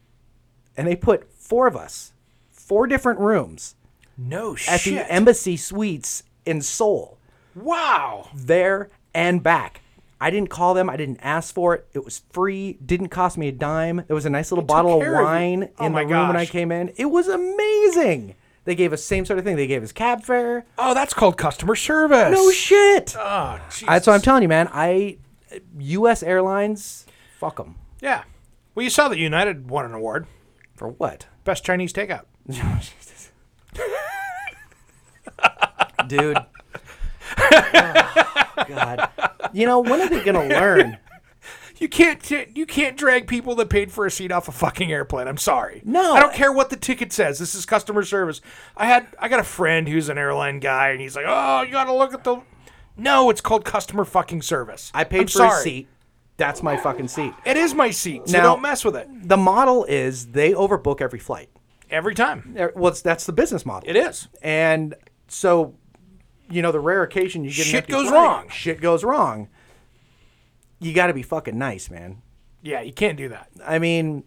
Speaker 3: and they put four of us four different rooms
Speaker 1: No
Speaker 3: at
Speaker 1: shit.
Speaker 3: the embassy suites in seoul
Speaker 1: wow.
Speaker 3: there and back i didn't call them i didn't ask for it it was free didn't cost me a dime there was a nice little bottle of
Speaker 1: care of you.
Speaker 3: wine
Speaker 1: Oh
Speaker 3: in
Speaker 1: my
Speaker 3: the room when i
Speaker 1: gosh.
Speaker 3: came in it was amazing they gave us same sort of thing they gave us cab fare
Speaker 1: Oh, that's called customer service.
Speaker 3: no shit
Speaker 1: Oh, Jesus.
Speaker 3: That's what I'm telling you, man. I U.S. Airlines, fuck them
Speaker 1: yeah. Well, you saw that United won an award,
Speaker 3: for what,
Speaker 1: best Chinese takeout.
Speaker 3: dude? Oh, God, you know when are they gonna learn?
Speaker 1: You can't t- you can't drag people that paid for a seat off a fucking airplane. I'm sorry.
Speaker 3: No.
Speaker 1: I don't care what the ticket says. This is customer service. I had I got a friend who's an airline guy, and he's like, "Oh, you got to look at the." No, it's called customer fucking service.
Speaker 3: I paid
Speaker 1: I'm
Speaker 3: for
Speaker 1: sorry.
Speaker 3: a seat. That's my fucking seat.
Speaker 1: It is my seat, so
Speaker 3: Now-
Speaker 1: don't mess with it.
Speaker 3: The model is they overbook every flight.
Speaker 1: Every time,
Speaker 3: Er, Well, it's, that's the business model.
Speaker 1: it is.
Speaker 3: and so you know the rare occasion you get an
Speaker 1: Shit
Speaker 3: empty
Speaker 1: goes
Speaker 3: flight,
Speaker 1: wrong.
Speaker 3: Shit goes wrong. You got to be fucking nice, man.
Speaker 1: Yeah, you can't do that.
Speaker 3: I mean,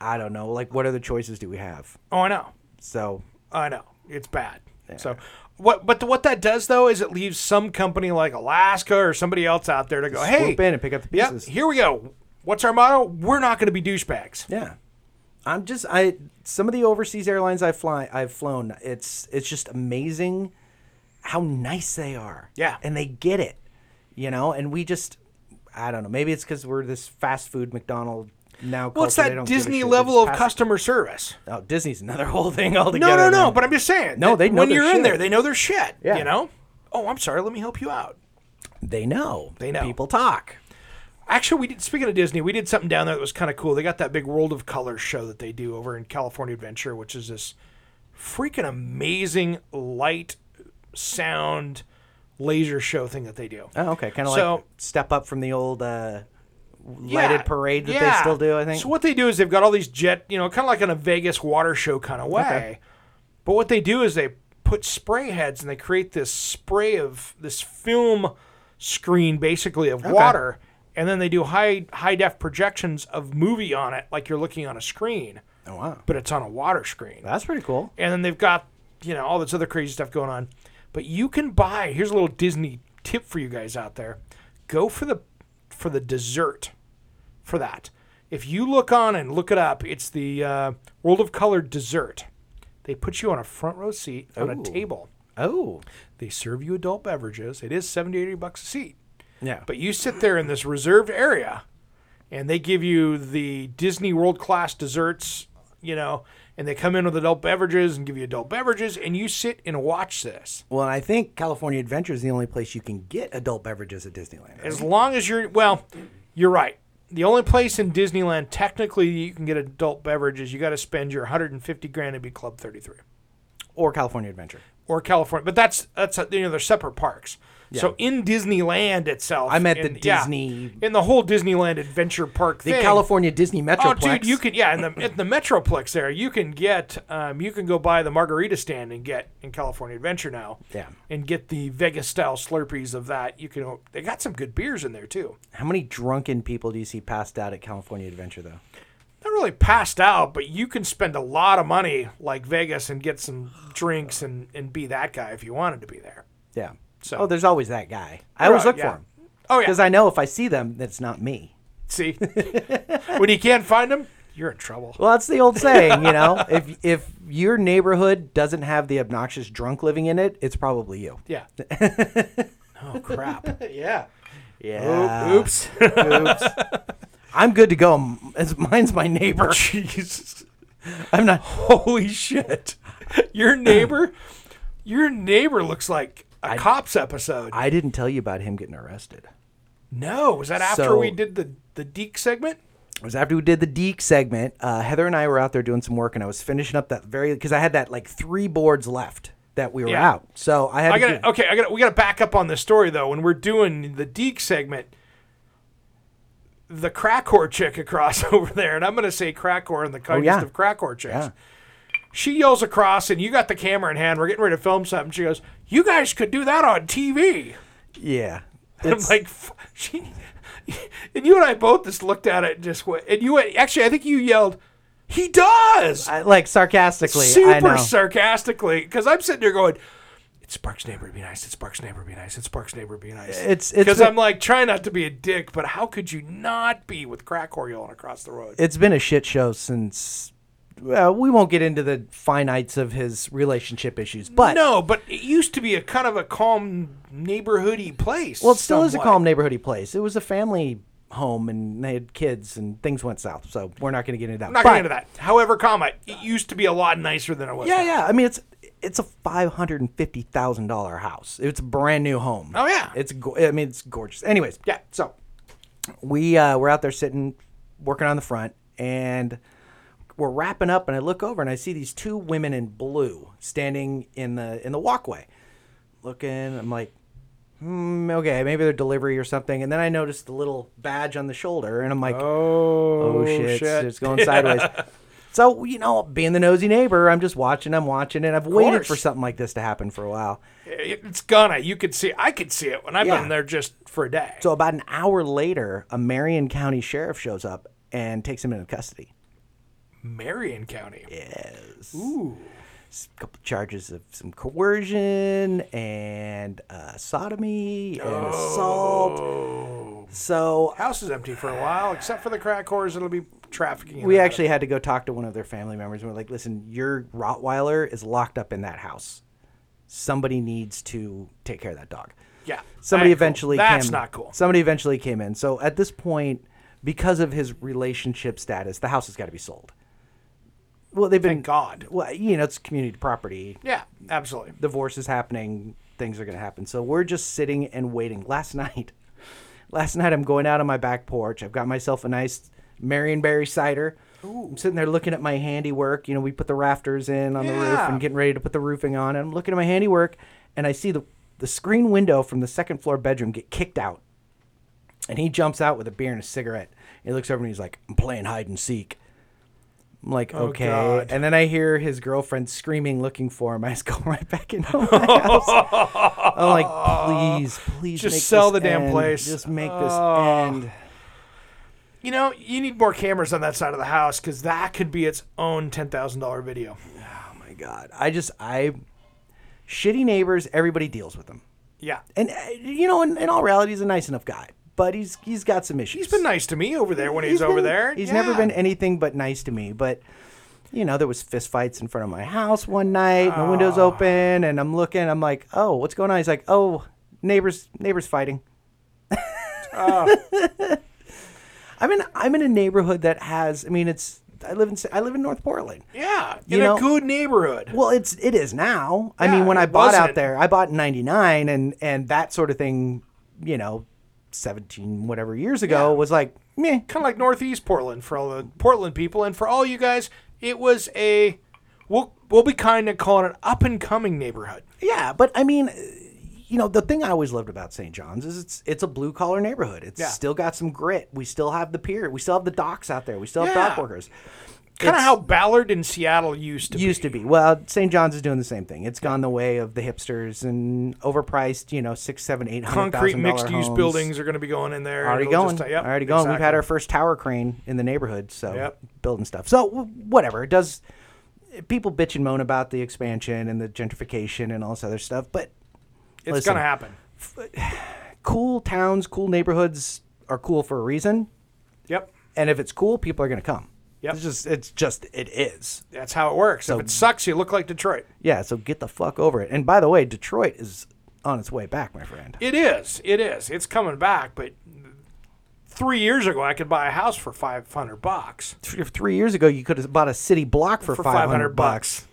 Speaker 3: I don't know. Like, what other choices do we have?
Speaker 1: Oh, I know.
Speaker 3: So
Speaker 1: I know it's bad. So what? But what that does though is it leaves some company like Alaska or somebody else out there to go, hey,
Speaker 3: swoop in and pick up the
Speaker 1: yep,
Speaker 3: pieces.
Speaker 1: here we go. What's our motto? We're not going to be douchebags.
Speaker 3: Yeah. I'm just I some of the overseas airlines I fly I've flown, it's it's just amazing how nice they are.
Speaker 1: Yeah.
Speaker 3: And they get it. You know, and we just I don't know, maybe it's cuz we're this fast food McDonald now
Speaker 1: Well, it's
Speaker 3: culture,
Speaker 1: that
Speaker 3: they don't give a
Speaker 1: Disney
Speaker 3: shit. They
Speaker 1: level
Speaker 3: just
Speaker 1: of
Speaker 3: pass-
Speaker 1: customer service.
Speaker 3: Oh, Disney's another whole thing altogether.
Speaker 1: No, no, no.
Speaker 3: man.
Speaker 1: But I'm just saying.
Speaker 3: No,
Speaker 1: that
Speaker 3: they know
Speaker 1: when
Speaker 3: their
Speaker 1: you're in
Speaker 3: shit.
Speaker 1: there, they know their shit.
Speaker 3: Yeah.
Speaker 1: You know. Oh, I'm sorry. Let me help you out.
Speaker 3: they know.
Speaker 1: They know.
Speaker 3: People talk.
Speaker 1: Actually, we did. Speaking of Disney, we did something down there that was kind of cool. They got that big World of Color show that they do over in California Adventure, which is this freaking amazing light sound laser show thing that they do.
Speaker 3: Oh, okay. Kind of like
Speaker 1: So-
Speaker 3: step up from the old uh
Speaker 1: Yeah,
Speaker 3: lighted parade that they
Speaker 1: yeah.
Speaker 3: still do, I think.
Speaker 1: So what they do is they've got all these jet, you know, kind of like in a Vegas water show kind of way. But what they do is they put spray heads and they create this spray of this film screen basically of water and then they do high high def projections of movie on it like you're looking on a screen,
Speaker 3: oh, wow.
Speaker 1: but it's on a water screen.
Speaker 3: That's pretty cool.
Speaker 1: And then they've got, you know, all this other crazy stuff going on. But you can buy, here's a little Disney tip for you guys out there. Go for the for the dessert for that. If you look on and look it up, it's the uh, World of Color dessert. They put you on a front row seat on a
Speaker 3: Ooh.
Speaker 1: table.
Speaker 3: Oh.
Speaker 1: They serve you adult beverages. It is 70 80 bucks a seat.
Speaker 3: Yeah.
Speaker 1: But you sit there in this reserved area and they give you the Disney world class desserts, you know, and they come in with adult beverages and give you adult beverages and you sit and watch this.
Speaker 3: Well, and I think California Adventure is the only place you can get adult beverages at Disneyland. right?
Speaker 1: As long as you're, well, you're right. The only place in Disneyland technically you can get adult beverages, you got to spend your 150 grand to be Club 33
Speaker 3: Or California Adventure.
Speaker 1: or California. But that's, that's, uh, you know, they're separate parks. So in Disneyland itself,
Speaker 3: I meant the
Speaker 1: in- yeah,
Speaker 3: Disney-
Speaker 1: in the whole Disneyland adventure park.
Speaker 3: The
Speaker 1: thing,
Speaker 3: California Disney Metroplex.
Speaker 1: Oh, dude, you could yeah, in the at the Metroplex there, you can get um, you can go by the margarita stand and get in California Adventure now.
Speaker 3: Yeah.
Speaker 1: And get the Vegas style Slurpees of that. You can they got some good beers in there too.
Speaker 3: How many drunken people do you see passed out at California Adventure, though?
Speaker 1: Not really passed out, but you can spend a lot of money like Vegas and get some drinks and and be that guy if you wanted to be there.
Speaker 3: Yeah.
Speaker 1: So-
Speaker 3: oh, there's always that guy. I always
Speaker 1: Right,
Speaker 3: look
Speaker 1: yeah.
Speaker 3: for him.
Speaker 1: Oh yeah.
Speaker 3: Because I know if I see them, that's not me.
Speaker 1: See, when you can't find them, you're in trouble.
Speaker 3: Well, that's the old saying, you know? if, if your neighborhood doesn't have the obnoxious drunk living in it, it's probably you.
Speaker 1: Yeah. oh crap. yeah.
Speaker 3: Yeah.
Speaker 1: Oops.
Speaker 3: Oops. I'm I'm good to go. M- as- Mine's my neighbor.
Speaker 1: Jesus.
Speaker 3: I'm not.
Speaker 1: Holy shit. Your neighbor your neighbor looks like a cops episode.
Speaker 3: I didn't tell you about him getting arrested.
Speaker 1: no, was that after
Speaker 3: So-
Speaker 1: we did the the Deke segment?
Speaker 3: It was after we did the Deke segment. Uh, Heather and I were out there doing some work, and I was finishing up that very because I had that like three boards left that we were
Speaker 1: Yeah.
Speaker 3: out. So I had
Speaker 1: I
Speaker 3: to
Speaker 1: got
Speaker 3: do-
Speaker 1: to okay. I got to we got to back up on this story though. When we're doing the Deke segment, the crack whore chick across over there, and I'm going to say crack whore in the kindest
Speaker 3: Oh, yeah.
Speaker 1: of crack whore chicks.
Speaker 3: Yeah.
Speaker 1: She yells across, and you got the camera in hand. We're getting ready to film something. She goes, "You guys could do that on TV."
Speaker 3: yeah.
Speaker 1: I'm
Speaker 3: It's-
Speaker 1: like, "F- she, and you and I both just looked at it and just went. And you went, actually, I think you yelled, "He does."
Speaker 3: I- like sarcastically. I
Speaker 1: super
Speaker 3: know.
Speaker 1: sarcastically because I'm sitting there going, "It's Sparks' neighbor be nice. It's Sparks' neighbor be nice. It's Sparks' neighbor be nice."
Speaker 3: It's- it's
Speaker 1: because
Speaker 3: the-
Speaker 1: I'm like trying not to be a dick, but how could you not be with crack Coriolan across the road?
Speaker 3: it's been a shit show since. Well, we won't get into the finites of his relationship issues, but
Speaker 1: no, but it used to be a kind of a calm neighborhoody place.
Speaker 3: well, it still is a
Speaker 1: somewhat.
Speaker 3: calm neighborhoody place. It was a family home, and they had kids, and things went south. So we're not going to get into that.
Speaker 1: I'm not
Speaker 3: But-
Speaker 1: getting into that. However, comment it used to be a lot nicer than it was.
Speaker 3: Yeah,
Speaker 1: now.
Speaker 3: yeah. I mean, it's it's a five hundred and fifty thousand dollar house. It's a brand new home.
Speaker 1: Oh, yeah.
Speaker 3: It's go- I mean, it's gorgeous. Anyways,
Speaker 1: yeah. So
Speaker 3: we uh, we're out there sitting, working on the front, and we're wrapping up. And I look over and I see these two women in blue standing in the in the walkway, looking. I'm like, hmm, okay, maybe they're delivery or something. And then I noticed the little badge on the shoulder, and I'm like,
Speaker 1: oh,
Speaker 3: oh shit, it's going sideways. So you know, being the nosy neighbor, I'm just watching. I'm watching, and I've waited
Speaker 1: course.
Speaker 3: for something like this to happen for a while.
Speaker 1: it's gonna. You could see. I could see it when I've
Speaker 3: Yeah.
Speaker 1: been there just for a day.
Speaker 3: So about an hour later, a Marion County sheriff shows up and takes him into custody.
Speaker 1: Marion County.
Speaker 3: It's A couple charges of some coercion and uh, sodomy and assault.
Speaker 1: Oh.
Speaker 3: So
Speaker 1: house is empty for a while, except for the crack whores that'll be trafficking. in
Speaker 3: we
Speaker 1: and out
Speaker 3: actually had to go talk to one of their family members. and We're like, listen, your Rottweiler is locked up in that house. Somebody needs to take care of that dog.
Speaker 1: of- yeah, that
Speaker 3: Somebody
Speaker 1: ain't cool.
Speaker 3: eventually
Speaker 1: That's
Speaker 3: came,
Speaker 1: not cool.
Speaker 3: Somebody eventually came in. So at this point, because of his relationship status, the house has got to be sold. Well, they've been
Speaker 1: Thank God.
Speaker 3: Well, you know, it's community property.
Speaker 1: Yeah, absolutely.
Speaker 3: Divorce is happening. Things are going to happen. So we're just sitting and waiting. Last night, last night I'm going out on my back porch. I've got myself a nice Marionberry cider. I'm sitting there looking at my handiwork. You know, we put the rafters in on the roof
Speaker 1: Yeah.
Speaker 3: and getting ready to put the roofing on. And I'm looking at my handiwork, and I see the the screen window from the second floor bedroom get kicked out. And he jumps out with a beer and a cigarette. He looks over and he's like, "I'm playing hide and seek." I'm like, "Okay."
Speaker 1: Oh, God.
Speaker 3: and then I hear his girlfriend screaming, looking for him. I just go right back into my house. I'm like, "Please, please,
Speaker 1: Just
Speaker 3: make
Speaker 1: sell
Speaker 3: this
Speaker 1: the damn
Speaker 3: end.
Speaker 1: place."
Speaker 3: Just make this
Speaker 1: Oh.
Speaker 3: end."
Speaker 1: You know, you need more cameras on that side of the house because that could be its own ten thousand dollar video.
Speaker 3: Oh, my god i just i shitty neighbors everybody deals with him
Speaker 1: Yeah,
Speaker 3: and uh, you know in, in all reality he's a nice enough guy but he's he's got some issues
Speaker 1: he's been nice to me over there when he's,
Speaker 3: He's
Speaker 1: over
Speaker 3: been-
Speaker 1: there.
Speaker 3: he's
Speaker 1: Yeah.
Speaker 3: never been anything but nice to me but you know there was fist fights in front of my house one night and the windows
Speaker 1: Oh.
Speaker 3: open and i'm looking i'm like oh what's going on he's like oh neighbors neighbors fighting
Speaker 1: Oh.
Speaker 3: i'm in i'm in a neighborhood that has i mean it's i live in i live in north portland
Speaker 1: Yeah, in
Speaker 3: You
Speaker 1: a
Speaker 3: know-
Speaker 1: good neighborhood.
Speaker 3: well, it's it is now. I
Speaker 1: Yeah,
Speaker 3: mean, when I
Speaker 1: it
Speaker 3: bought
Speaker 1: wasn't.
Speaker 3: out there, I bought in '99, and and that sort of thing, you know, 17 whatever years ago
Speaker 1: Yeah.
Speaker 3: was like meh.
Speaker 1: kind of like Northeast Portland for all the Portland people, and for all you guys, it was a we'll we'll be kind of calling it up and coming neighborhood.
Speaker 3: Yeah, but I mean, uh, you know, the thing I always loved about St. John's is it's it's a blue collar neighborhood. It's
Speaker 1: Yeah.
Speaker 3: still got some grit. We still have the pier. We still have the docks out there. We still have dock
Speaker 1: Yeah.
Speaker 3: workers.
Speaker 1: Kind of
Speaker 3: It's-
Speaker 1: how Ballard and Seattle used to be.
Speaker 3: used to be. Well, St. John's is doing the same thing. It's gone the way of the hipsters and overpriced. You know, six, seven, eight hundred
Speaker 1: concrete
Speaker 3: thousand
Speaker 1: mixed
Speaker 3: dollar
Speaker 1: use
Speaker 3: homes.
Speaker 1: buildings are going to be going in there.
Speaker 3: already
Speaker 1: It'll
Speaker 3: going.
Speaker 1: just- yep,
Speaker 3: already going. We've had
Speaker 1: exactly.
Speaker 3: our first tower crane in the neighborhood, so
Speaker 1: Yep.
Speaker 3: building stuff. So w- whatever it does, people bitch and moan about the expansion and the gentrification and all this other stuff, but
Speaker 1: It's
Speaker 3: listen.
Speaker 1: going to happen.
Speaker 3: cool towns, cool neighborhoods are cool for a reason,
Speaker 1: Yep,
Speaker 3: and if it's cool, people are going to come.
Speaker 1: Yep.
Speaker 3: It's just it's just it is.
Speaker 1: that's how it works. if it sucks, you look like Detroit.
Speaker 3: Yeah, so get the fuck over it. And by the way, Detroit is on its way back, my friend.
Speaker 1: It is. It is. It's coming back, but three years ago, I could buy a house for five hundred bucks.
Speaker 3: Three, three years ago, you could have bought a city block for,
Speaker 1: For
Speaker 3: 500,
Speaker 1: 500
Speaker 3: bucks.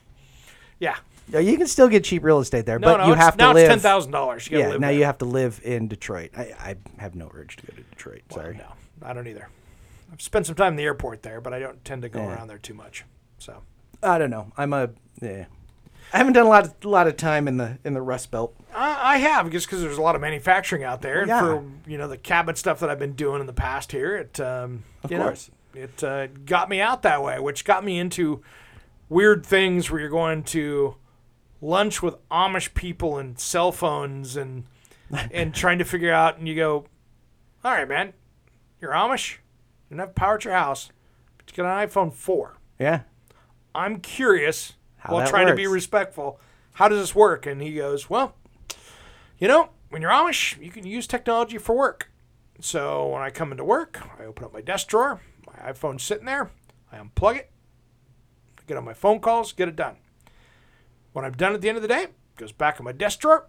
Speaker 1: Yeah.
Speaker 3: Yeah, you can still get cheap real estate there,
Speaker 1: No,
Speaker 3: but
Speaker 1: no.
Speaker 3: you
Speaker 1: it's,
Speaker 3: have to
Speaker 1: now
Speaker 3: live.
Speaker 1: it's ten thousand dollars.
Speaker 3: Yeah, now you have to live in Detroit. I, I have no urge to go to Detroit. Sorry.
Speaker 1: No, I don't either. I've spent some time in the airport there, but I don't tend to go
Speaker 3: Yeah.
Speaker 1: around there too much. So
Speaker 3: I don't know. I'm a yeah. I haven't done a lot of, lot of time in the in the Rust Belt.
Speaker 1: I, I have just because there's a lot of manufacturing out there.
Speaker 3: Yeah.
Speaker 1: And for you know the cabinet stuff that I've been doing in the past here, it um,
Speaker 3: Of
Speaker 1: you know,
Speaker 3: course.
Speaker 1: it uh, got me out that way, which got me into weird things where you're going to lunch with Amish people and cell phones and and trying to figure out. And you go, all right, man, you're Amish, you don't have power at your house, but you got an iPhone four.
Speaker 3: Yeah.
Speaker 1: I'm curious
Speaker 3: How
Speaker 1: while
Speaker 3: that
Speaker 1: trying to be
Speaker 3: works.
Speaker 1: respectful. How does this work? And he goes, Well, you know, when you're Amish, you can use technology for work. So when I come into work, I open up my desk drawer, my iPhone's sitting there, I unplug it, get on my phone calls, get it done. When I'm done at the end of the day, it goes back in my desk drawer,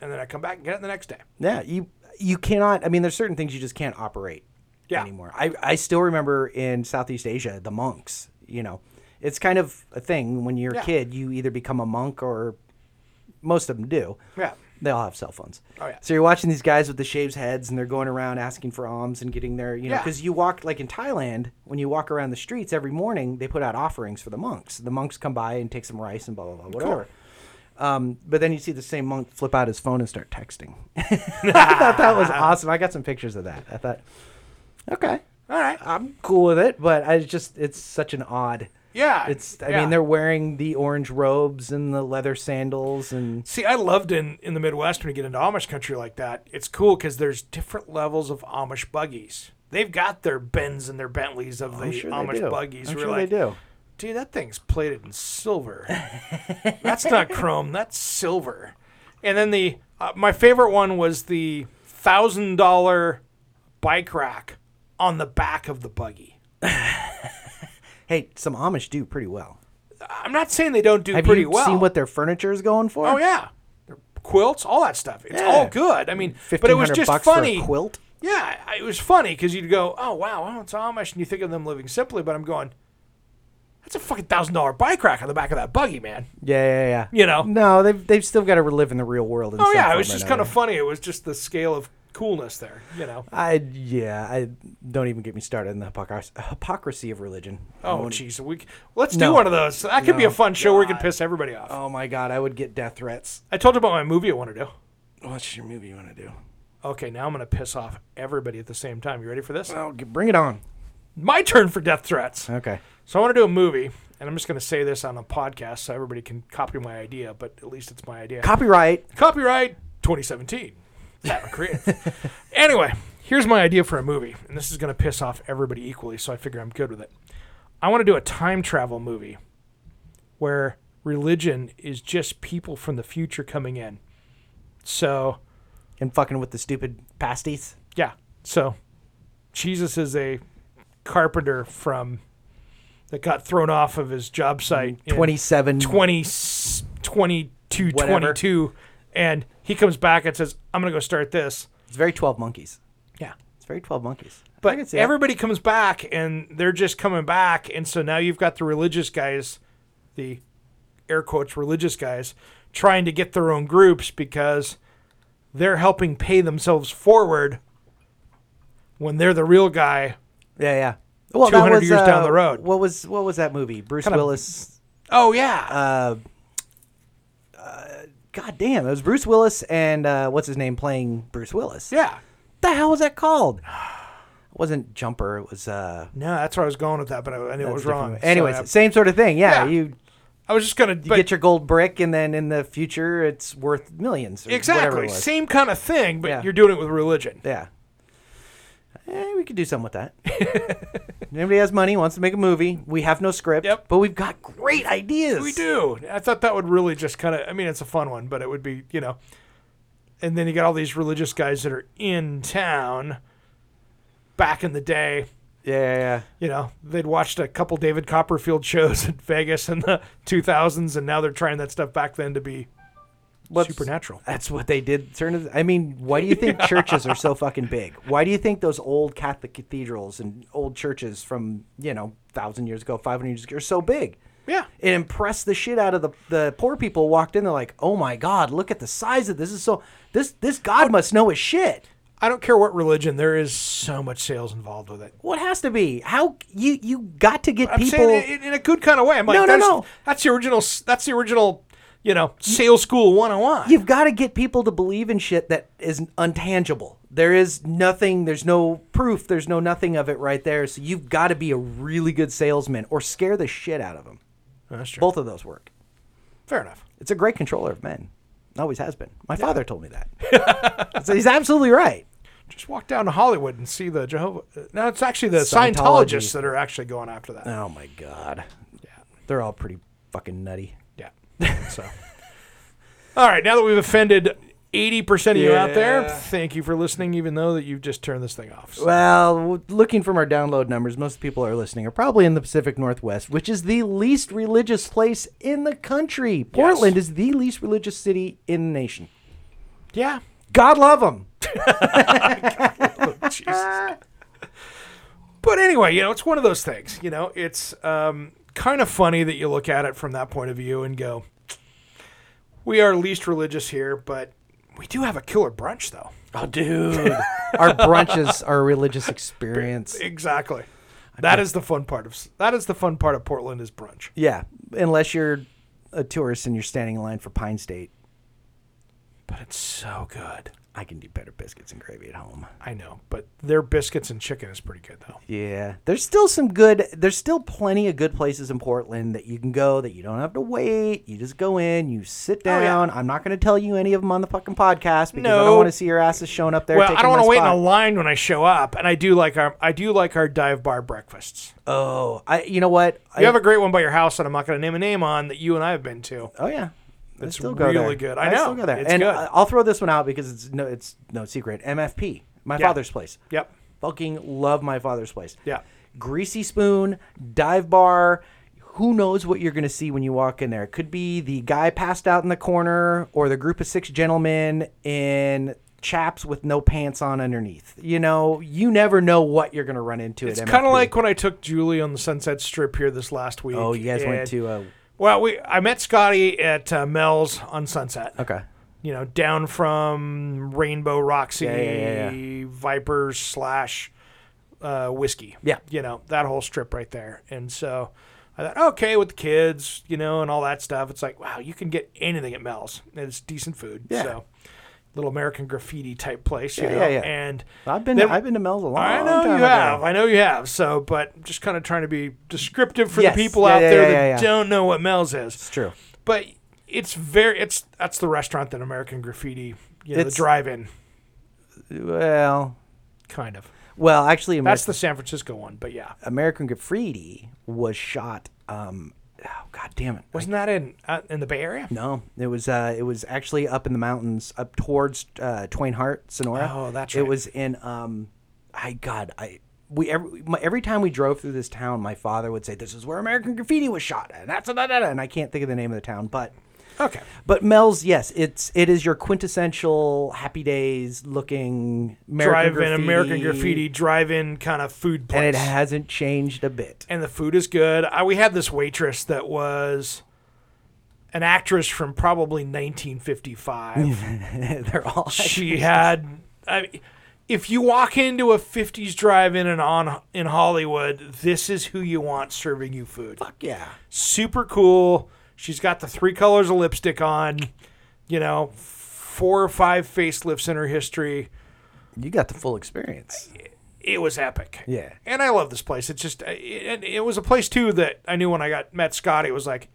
Speaker 1: and then I come back and get it the next day.
Speaker 3: Yeah. You you cannot. I mean, there's certain things you just can't operate
Speaker 1: Yeah.
Speaker 3: anymore. I I still remember in Southeast Asia the monks. You know, it's kind of a thing when you're
Speaker 1: Yeah.
Speaker 3: a kid. You either become a monk or most of them do.
Speaker 1: Yeah.
Speaker 3: They all have cell phones.
Speaker 1: Oh, yeah.
Speaker 3: So you're watching these guys with the shaved heads, and they're going around asking for alms and getting their, you know,
Speaker 1: Yeah.
Speaker 3: because you walk like in Thailand when you walk around the streets every morning, they put out offerings for the monks. The monks come by and take some rice and blah blah blah whatever. Um, but then you see the same monk flip out his phone and start texting. I thought that was awesome. I got some pictures of that. I thought, okay,
Speaker 1: All right.
Speaker 3: I'm cool with it, but I just it's such an odd.
Speaker 1: Yeah.
Speaker 3: It's I
Speaker 1: yeah.
Speaker 3: mean they're wearing the orange robes and the leather sandals and
Speaker 1: See, I loved in in the Midwest when you get into Amish country like that. It's cool because there's different levels of Amish buggies. They've got their Bens and their Bentleys of the
Speaker 3: I'm sure
Speaker 1: Amish
Speaker 3: they do.
Speaker 1: buggies.
Speaker 3: I'm
Speaker 1: We're
Speaker 3: sure
Speaker 1: like,
Speaker 3: they do.
Speaker 1: Dude, that thing's plated in silver. that's not chrome. That's silver. And then the uh, my favorite one was the thousand dollar bike rack on the back of the buggy.
Speaker 3: Hey, some Amish do pretty well.
Speaker 1: I'm not saying they don't do
Speaker 3: Have
Speaker 1: pretty
Speaker 3: you
Speaker 1: well.
Speaker 3: seen what their furniture is going for?
Speaker 1: oh yeah, Their quilts, all that stuff. It's
Speaker 3: Yeah.
Speaker 1: all good. I mean, but it was
Speaker 3: 1500
Speaker 1: just
Speaker 3: bucks
Speaker 1: funny.
Speaker 3: for a quilt.
Speaker 1: Yeah, I- it was funny because you'd go, "Oh wow, well, it's Amish," and you think of them living simply. But I'm going, that's a fucking thousand dollar bike rack on the back of that buggy, man.
Speaker 3: Yeah, yeah, yeah.
Speaker 1: You know?
Speaker 3: No, they've they've still got to live in the real world. In
Speaker 1: Oh
Speaker 3: some
Speaker 1: yeah, it
Speaker 3: form
Speaker 1: was
Speaker 3: or
Speaker 1: just kind
Speaker 3: another.
Speaker 1: of funny. It was just the scale of coolness there, you know.
Speaker 3: I yeah. I don't even get me started on the hypocrisy, hypocrisy of religion.
Speaker 1: Oh jeez, we c- let's do
Speaker 3: No.
Speaker 1: one of those. That could be
Speaker 3: No.
Speaker 1: a fun show where we can piss everybody off.
Speaker 3: Oh my god, I would get death threats.
Speaker 1: I told you about my movie I want to do.
Speaker 3: What's your movie you want to do?
Speaker 1: Okay, now I'm gonna piss off everybody at the same time. You ready for this?
Speaker 3: Oh, g- bring it on.
Speaker 1: My turn for death threats.
Speaker 3: Okay.
Speaker 1: So I want to do a movie, and I'm just gonna say this on a podcast so everybody can copy my idea, but at least it's my idea.
Speaker 3: Copyright.
Speaker 1: Copyright 2017. That one creative. anyway, here's my idea for a movie, and this is going to piss off everybody equally, so I figure I'm good with it. I want to do a time travel movie where religion is just people from the future coming in. So,
Speaker 3: And fucking with the stupid pasties.
Speaker 1: yeah. So, Jesus is a carpenter from that got thrown off of his job site in-
Speaker 3: Twenty-seven.
Speaker 1: 20, 22,
Speaker 3: Whatever.
Speaker 1: 22. And he comes back and says, I'm going to go start this.
Speaker 3: It's very twelve monkeys.
Speaker 1: Yeah.
Speaker 3: It's very twelve monkeys. I can
Speaker 1: But
Speaker 3: see that.
Speaker 1: everybody comes back and they're just coming back. And so now you've got the religious guys, the air quotes religious guys, trying to get their own groups because they're helping pay themselves forward when they're the real guy.
Speaker 3: Yeah, yeah. Well, uh,
Speaker 1: 200 years down the road.
Speaker 3: What was what was that movie? Bruce
Speaker 1: Kinda-
Speaker 3: Willis.
Speaker 1: Oh, yeah.
Speaker 3: Uh, uh, God damn, it was Bruce Willis and uh, what's his name playing Bruce Willis.
Speaker 1: yeah.
Speaker 3: What the hell was that called? It wasn't Jumper. It was. Uh,
Speaker 1: No, that's where I was going with that, but I, I knew it
Speaker 3: that's
Speaker 1: was
Speaker 3: a different
Speaker 1: wrong.
Speaker 3: movie.
Speaker 1: So
Speaker 3: Anyways,
Speaker 1: I-
Speaker 3: same sort of thing. Yeah,
Speaker 1: Yeah.
Speaker 3: you, you
Speaker 1: I was just going to
Speaker 3: get your gold brick, and then in the future, it's worth millions. Or Whatever it
Speaker 1: Exactly.
Speaker 3: was.
Speaker 1: Same kind of thing, but
Speaker 3: Yeah.
Speaker 1: you're doing it with religion.
Speaker 3: Yeah. Eh, we could do something with that. Anybody has money, wants to make a movie. We have no script,
Speaker 1: Yep.
Speaker 3: but we've got great ideas.
Speaker 1: We do. I thought that would really just kind of, I mean, it's a fun one, but it would be, you know. And then you got all these religious guys that are in town back in the day.
Speaker 3: Yeah, yeah, yeah.
Speaker 1: You know, they'd watched a couple David Copperfield shows in Vegas in the 2000s, and now they're trying that stuff back then to be
Speaker 3: Let's-
Speaker 1: Supernatural.
Speaker 3: That's what they did. Turn. of the- I mean, why do you think churches are so fucking big? Why do you think those old Catholic cathedrals and old churches from you know thousand years ago, five hundred years ago, are so big?
Speaker 1: Yeah.
Speaker 3: it impressed the shit out of the the poor people. Walked in, they're like, "Oh my god, look at the size of this! This Is so this this God must know his shit."
Speaker 1: I don't care what religion, there is so much sales involved with it.
Speaker 3: What has to be? How you you got to get
Speaker 1: I'm
Speaker 3: people?
Speaker 1: saying it in- in a good kind of way. I'm like,
Speaker 3: No, no,
Speaker 1: that's,
Speaker 3: no.
Speaker 1: that's the original. s- That's the original. You know, sales school 101.
Speaker 3: You've got to get people to believe in shit that is untangible. There is nothing, there's no proof, there's no nothing of it right there. So you've got to be a really good salesman or scare the shit out of them.
Speaker 1: That's true.
Speaker 3: Both of those work.
Speaker 1: Fair enough.
Speaker 3: It's a great controller of men. Always has been. My father told me that. so he's absolutely right.
Speaker 1: Just walk down to Hollywood and see the Jehovah. uh, No, it's actually the
Speaker 3: Scientology.
Speaker 1: Scientologists that are actually going after that.
Speaker 3: Oh my God. Yeah. They're all pretty fucking nutty.
Speaker 1: Yeah. So, all right. Now that we've offended eighty percent of you out there,
Speaker 3: Yeah.
Speaker 1: thank you for listening, even though that you've just turned this thing off. So,
Speaker 3: Well, w- looking from our download numbers, most people are listening are probably in the Pacific Northwest, which is the least religious place in the country. Portland is the least religious city in the nation.
Speaker 1: yeah.
Speaker 3: God love them.
Speaker 1: Jesus. But anyway, you know, it's one of those things. You know, it's um, kind of funny that you look at it from that point of view and go, "We are least religious here, but we do have a killer brunch, though."
Speaker 3: Oh, dude. our brunches are a religious experience.
Speaker 1: Exactly. That is the fun part of s- that is the fun part of Portland is brunch.
Speaker 3: Yeah, unless you're a tourist and you're standing in line for Pine State.
Speaker 1: But it's so good.
Speaker 3: I can do better biscuits and gravy at home.
Speaker 1: I know, but their biscuits and chicken is pretty good though.
Speaker 3: Yeah. There's still some good there's still plenty of good places in Portland that you can go that you don't have to wait. You just go in, you sit
Speaker 1: Oh, yeah.
Speaker 3: down. I'm not gonna tell you any of them on the fucking podcast because I
Speaker 1: No.
Speaker 3: don't want to see your asses showing up there.
Speaker 1: well, I
Speaker 3: taking
Speaker 1: don't
Speaker 3: want to
Speaker 1: wait in a line when I show up, and I do like our I do like our dive bar breakfasts.
Speaker 3: Oh, I you know what? I,
Speaker 1: You have a great one by your house that I'm not going to name a name on that you and I have been to.
Speaker 3: Oh yeah. I
Speaker 1: It's
Speaker 3: still go
Speaker 1: really
Speaker 3: there.
Speaker 1: good. I
Speaker 3: still
Speaker 1: know.
Speaker 3: go there.
Speaker 1: It's
Speaker 3: and
Speaker 1: good.
Speaker 3: I- I'll throw this one out because it's no it's no secret. MFP, my
Speaker 1: Yeah.
Speaker 3: father's place.
Speaker 1: Yep.
Speaker 3: Fucking love my father's place.
Speaker 1: Yeah.
Speaker 3: Greasy spoon, dive bar. Who knows what you're going to see when you walk in there? It could be the guy passed out in the corner or the group of six gentlemen in chaps with no pants on underneath. You know, you never know what you're going to run into
Speaker 1: It's
Speaker 3: at
Speaker 1: kind of
Speaker 3: MFP.
Speaker 1: like when I took Julie on the Sunset Strip here this last week.
Speaker 3: Oh, you guys
Speaker 1: and-
Speaker 3: went to uh,
Speaker 1: Well, we I met Scotty at uh, Mel's on Sunset.
Speaker 3: Okay.
Speaker 1: You know, down from Rainbow Roxy
Speaker 3: Yeah, yeah, yeah,
Speaker 1: Viper slash uh, whiskey.
Speaker 3: Yeah.
Speaker 1: You know that whole strip right there, and so I thought, okay, with the kids, you know, and all that stuff, it's like, wow, you can get anything at Mel's. And it's decent food.
Speaker 3: Yeah.
Speaker 1: So little American graffiti type place. You
Speaker 3: Yeah,
Speaker 1: know?
Speaker 3: yeah, yeah.
Speaker 1: And
Speaker 3: I've been
Speaker 1: then-
Speaker 3: I've been to Mel's a long
Speaker 1: I know
Speaker 3: time
Speaker 1: you
Speaker 3: ago.
Speaker 1: have. I know you have. So, but just kind of trying to be descriptive for
Speaker 3: Yes.
Speaker 1: the people
Speaker 3: Yeah,
Speaker 1: out
Speaker 3: yeah,
Speaker 1: there
Speaker 3: yeah,
Speaker 1: that
Speaker 3: yeah, yeah.
Speaker 1: don't know what Mel's is.
Speaker 3: It's true.
Speaker 1: But it's very it's that's the restaurant that American Graffiti, you know, the
Speaker 3: It's-
Speaker 1: drive-in
Speaker 3: Well,
Speaker 1: kind of.
Speaker 3: well, actually
Speaker 1: That's the San Francisco one, but yeah.
Speaker 3: American Graffiti was shot. Um, oh God damn it!
Speaker 1: Wasn't that in uh, in the Bay Area?
Speaker 3: No, it was uh, it was actually up in the mountains, up towards uh, Twain Hart, Sonora.
Speaker 1: Oh, that's
Speaker 3: It
Speaker 1: right.
Speaker 3: was in um, I God, I we every my, every time we drove through this town, my father would say, "This is where American Graffiti was shot," and that's da da da, and I can't think of the name of the town, but.
Speaker 1: Okay.
Speaker 3: But Mel's, yes, it's it is your quintessential Happy Days looking American
Speaker 1: drive-in American Graffiti drive-in kind of food place.
Speaker 3: and it hasn't changed a bit.
Speaker 1: and the food is good. I, we had this waitress that was an actress from probably 1955.
Speaker 3: They're all
Speaker 1: she had I, if you walk into a 50s drive-in and on in hollywood this is who you want serving you food
Speaker 3: Fuck yeah.
Speaker 1: super cool she's got the three colors of lipstick on you know four or five facelifts in her history
Speaker 3: You got the full experience.
Speaker 1: it was epic
Speaker 3: Yeah.
Speaker 1: and i love this place it's just it, and it was a place too that i knew when i got met scott it was like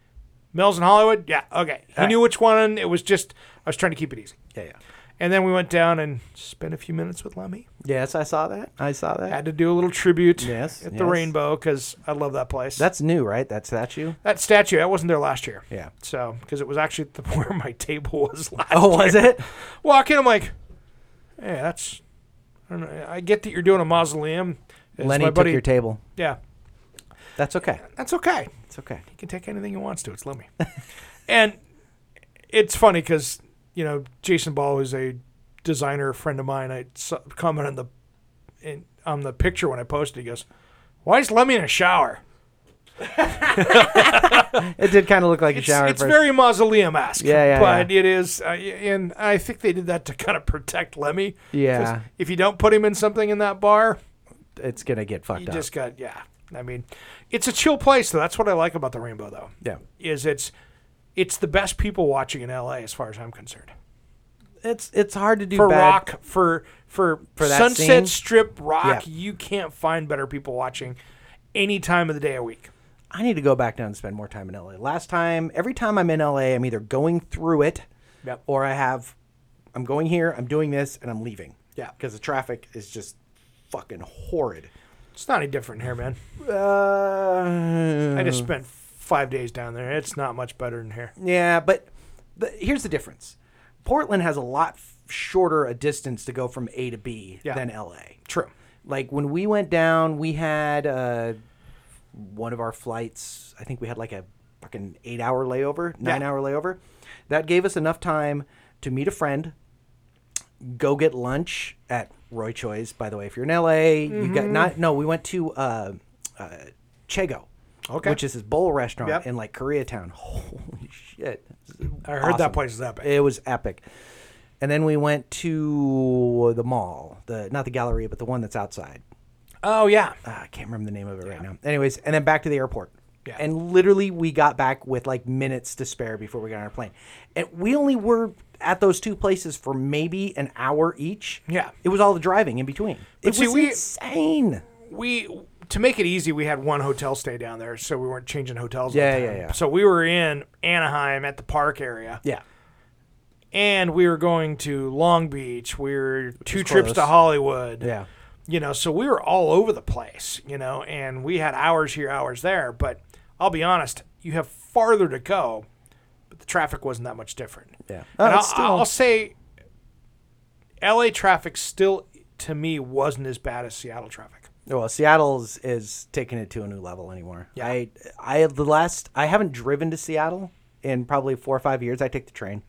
Speaker 1: mel's in hollywood yeah okay he
Speaker 3: All right.
Speaker 1: knew which one it was just i was trying to keep it easy
Speaker 3: Yeah, yeah.
Speaker 1: and then we went down and spent a few minutes with lemmy
Speaker 3: Yes, I saw that. I saw that.
Speaker 1: had to do a little tribute
Speaker 3: Yes,
Speaker 1: at the
Speaker 3: yes.
Speaker 1: Rainbow because I love that place.
Speaker 3: That's new, right? That statue?
Speaker 1: that statue. I wasn't there last year.
Speaker 3: Yeah.
Speaker 1: So because it was actually the, where my table was last.
Speaker 3: Oh, was
Speaker 1: year.
Speaker 3: it?
Speaker 1: Walk in, I'm like, hey, that's. I don't know. I get that you're doing a mausoleum. It's
Speaker 3: Lenny
Speaker 1: my
Speaker 3: took
Speaker 1: buddy,
Speaker 3: your table.
Speaker 1: Yeah,
Speaker 3: That's okay.
Speaker 1: that's okay.
Speaker 3: It's okay.
Speaker 1: He can take anything he wants to. It's Lemmy. and it's funny because you know, Jason Ball is a designer friend of mine. I saw- commented on the in, on the picture when I posted. He goes, "Why is Lemmy in a shower?"
Speaker 3: It did kind of look like a
Speaker 1: It's,
Speaker 3: shower. at
Speaker 1: it's
Speaker 3: first.
Speaker 1: very mausoleum esque.
Speaker 3: Yeah, yeah,
Speaker 1: But it is, uh, and I think they did that to kind of protect Lemmy. 'Cause
Speaker 3: Yeah.
Speaker 1: If you don't put him in something in that bar,
Speaker 3: It's gonna get fucked
Speaker 1: you
Speaker 3: up.
Speaker 1: just got yeah. I mean, it's a chill place though. That's what I like about the Rainbow though.
Speaker 3: yeah,
Speaker 1: Is it's it's the best people watching in LA as far as I'm concerned.
Speaker 3: it's it's hard to do
Speaker 1: for
Speaker 3: bad.
Speaker 1: rock for for,
Speaker 3: For that
Speaker 1: sunset
Speaker 3: scene?
Speaker 1: strip rock
Speaker 3: Yeah.
Speaker 1: you can't find better people watching any time of the day or week
Speaker 3: I need to go back down and spend more time in LA. Last time, every time I'm in LA, I'm either going through it,
Speaker 1: Yep.
Speaker 3: or I have, I'm going here, I'm doing this, and I'm leaving.
Speaker 1: Yeah.
Speaker 3: because the traffic is just fucking horrid.
Speaker 1: it's not any different here man
Speaker 3: Uh,
Speaker 1: i just spent five days down there it's not much better than here
Speaker 3: Yeah, but the, here's the difference. Portland has a lot f- shorter a distance to go from A to B
Speaker 1: Yeah.
Speaker 3: than LA.
Speaker 1: true
Speaker 3: Like when we went down, we had uh, one of our flights. I think we had like a fucking eight-hour layover, nine-hour layover. That gave us enough time to meet a friend, go get lunch at Roy Choi's. By the way, if you're in LA, you
Speaker 1: Mm-hmm.
Speaker 3: got not. No, we went to uh, uh, Chego.
Speaker 1: Okay.
Speaker 3: Which is his bowl restaurant
Speaker 1: Yep.
Speaker 3: in like Koreatown. Holy shit.
Speaker 1: i heard
Speaker 3: Awesome.
Speaker 1: that place is that bad
Speaker 3: It was epic. And then we went to the mall, the not the gallery, but the one that's outside.
Speaker 1: oh yeah
Speaker 3: Ah, I can't remember the name of it right now. Anyways, and then back to the airport.
Speaker 1: Yeah.
Speaker 3: And literally, we got back with like minutes to spare before we got on our plane. And we only were at those two places for maybe an hour each.
Speaker 1: Yeah.
Speaker 3: It was all the driving in between. it
Speaker 1: see,
Speaker 3: was
Speaker 1: we-
Speaker 3: insane.
Speaker 1: we to make it easy we had one hotel stay down there so we weren't changing hotels all
Speaker 3: Yeah,
Speaker 1: the
Speaker 3: yeah,
Speaker 1: time.
Speaker 3: yeah.
Speaker 1: so we were in anaheim at the park area
Speaker 3: Yeah.
Speaker 1: and we were going to long beach we were two
Speaker 3: is
Speaker 1: trips to
Speaker 3: close.
Speaker 1: hollywood
Speaker 3: Yeah.
Speaker 1: you know, so we were all over the place, you know, and we had hours here, hours there. But I'll be honest, you have farther to go, but the traffic wasn't that much different.
Speaker 3: Yeah. Oh,
Speaker 1: and I'll,
Speaker 3: it's still-
Speaker 1: I'll say, L.A. traffic still to me wasn't as bad as Seattle traffic.
Speaker 3: Well, Seattle's is taking it to a new level anymore.
Speaker 1: Yeah.
Speaker 3: I, I the last I haven't driven to Seattle in probably four or five years. I take the train.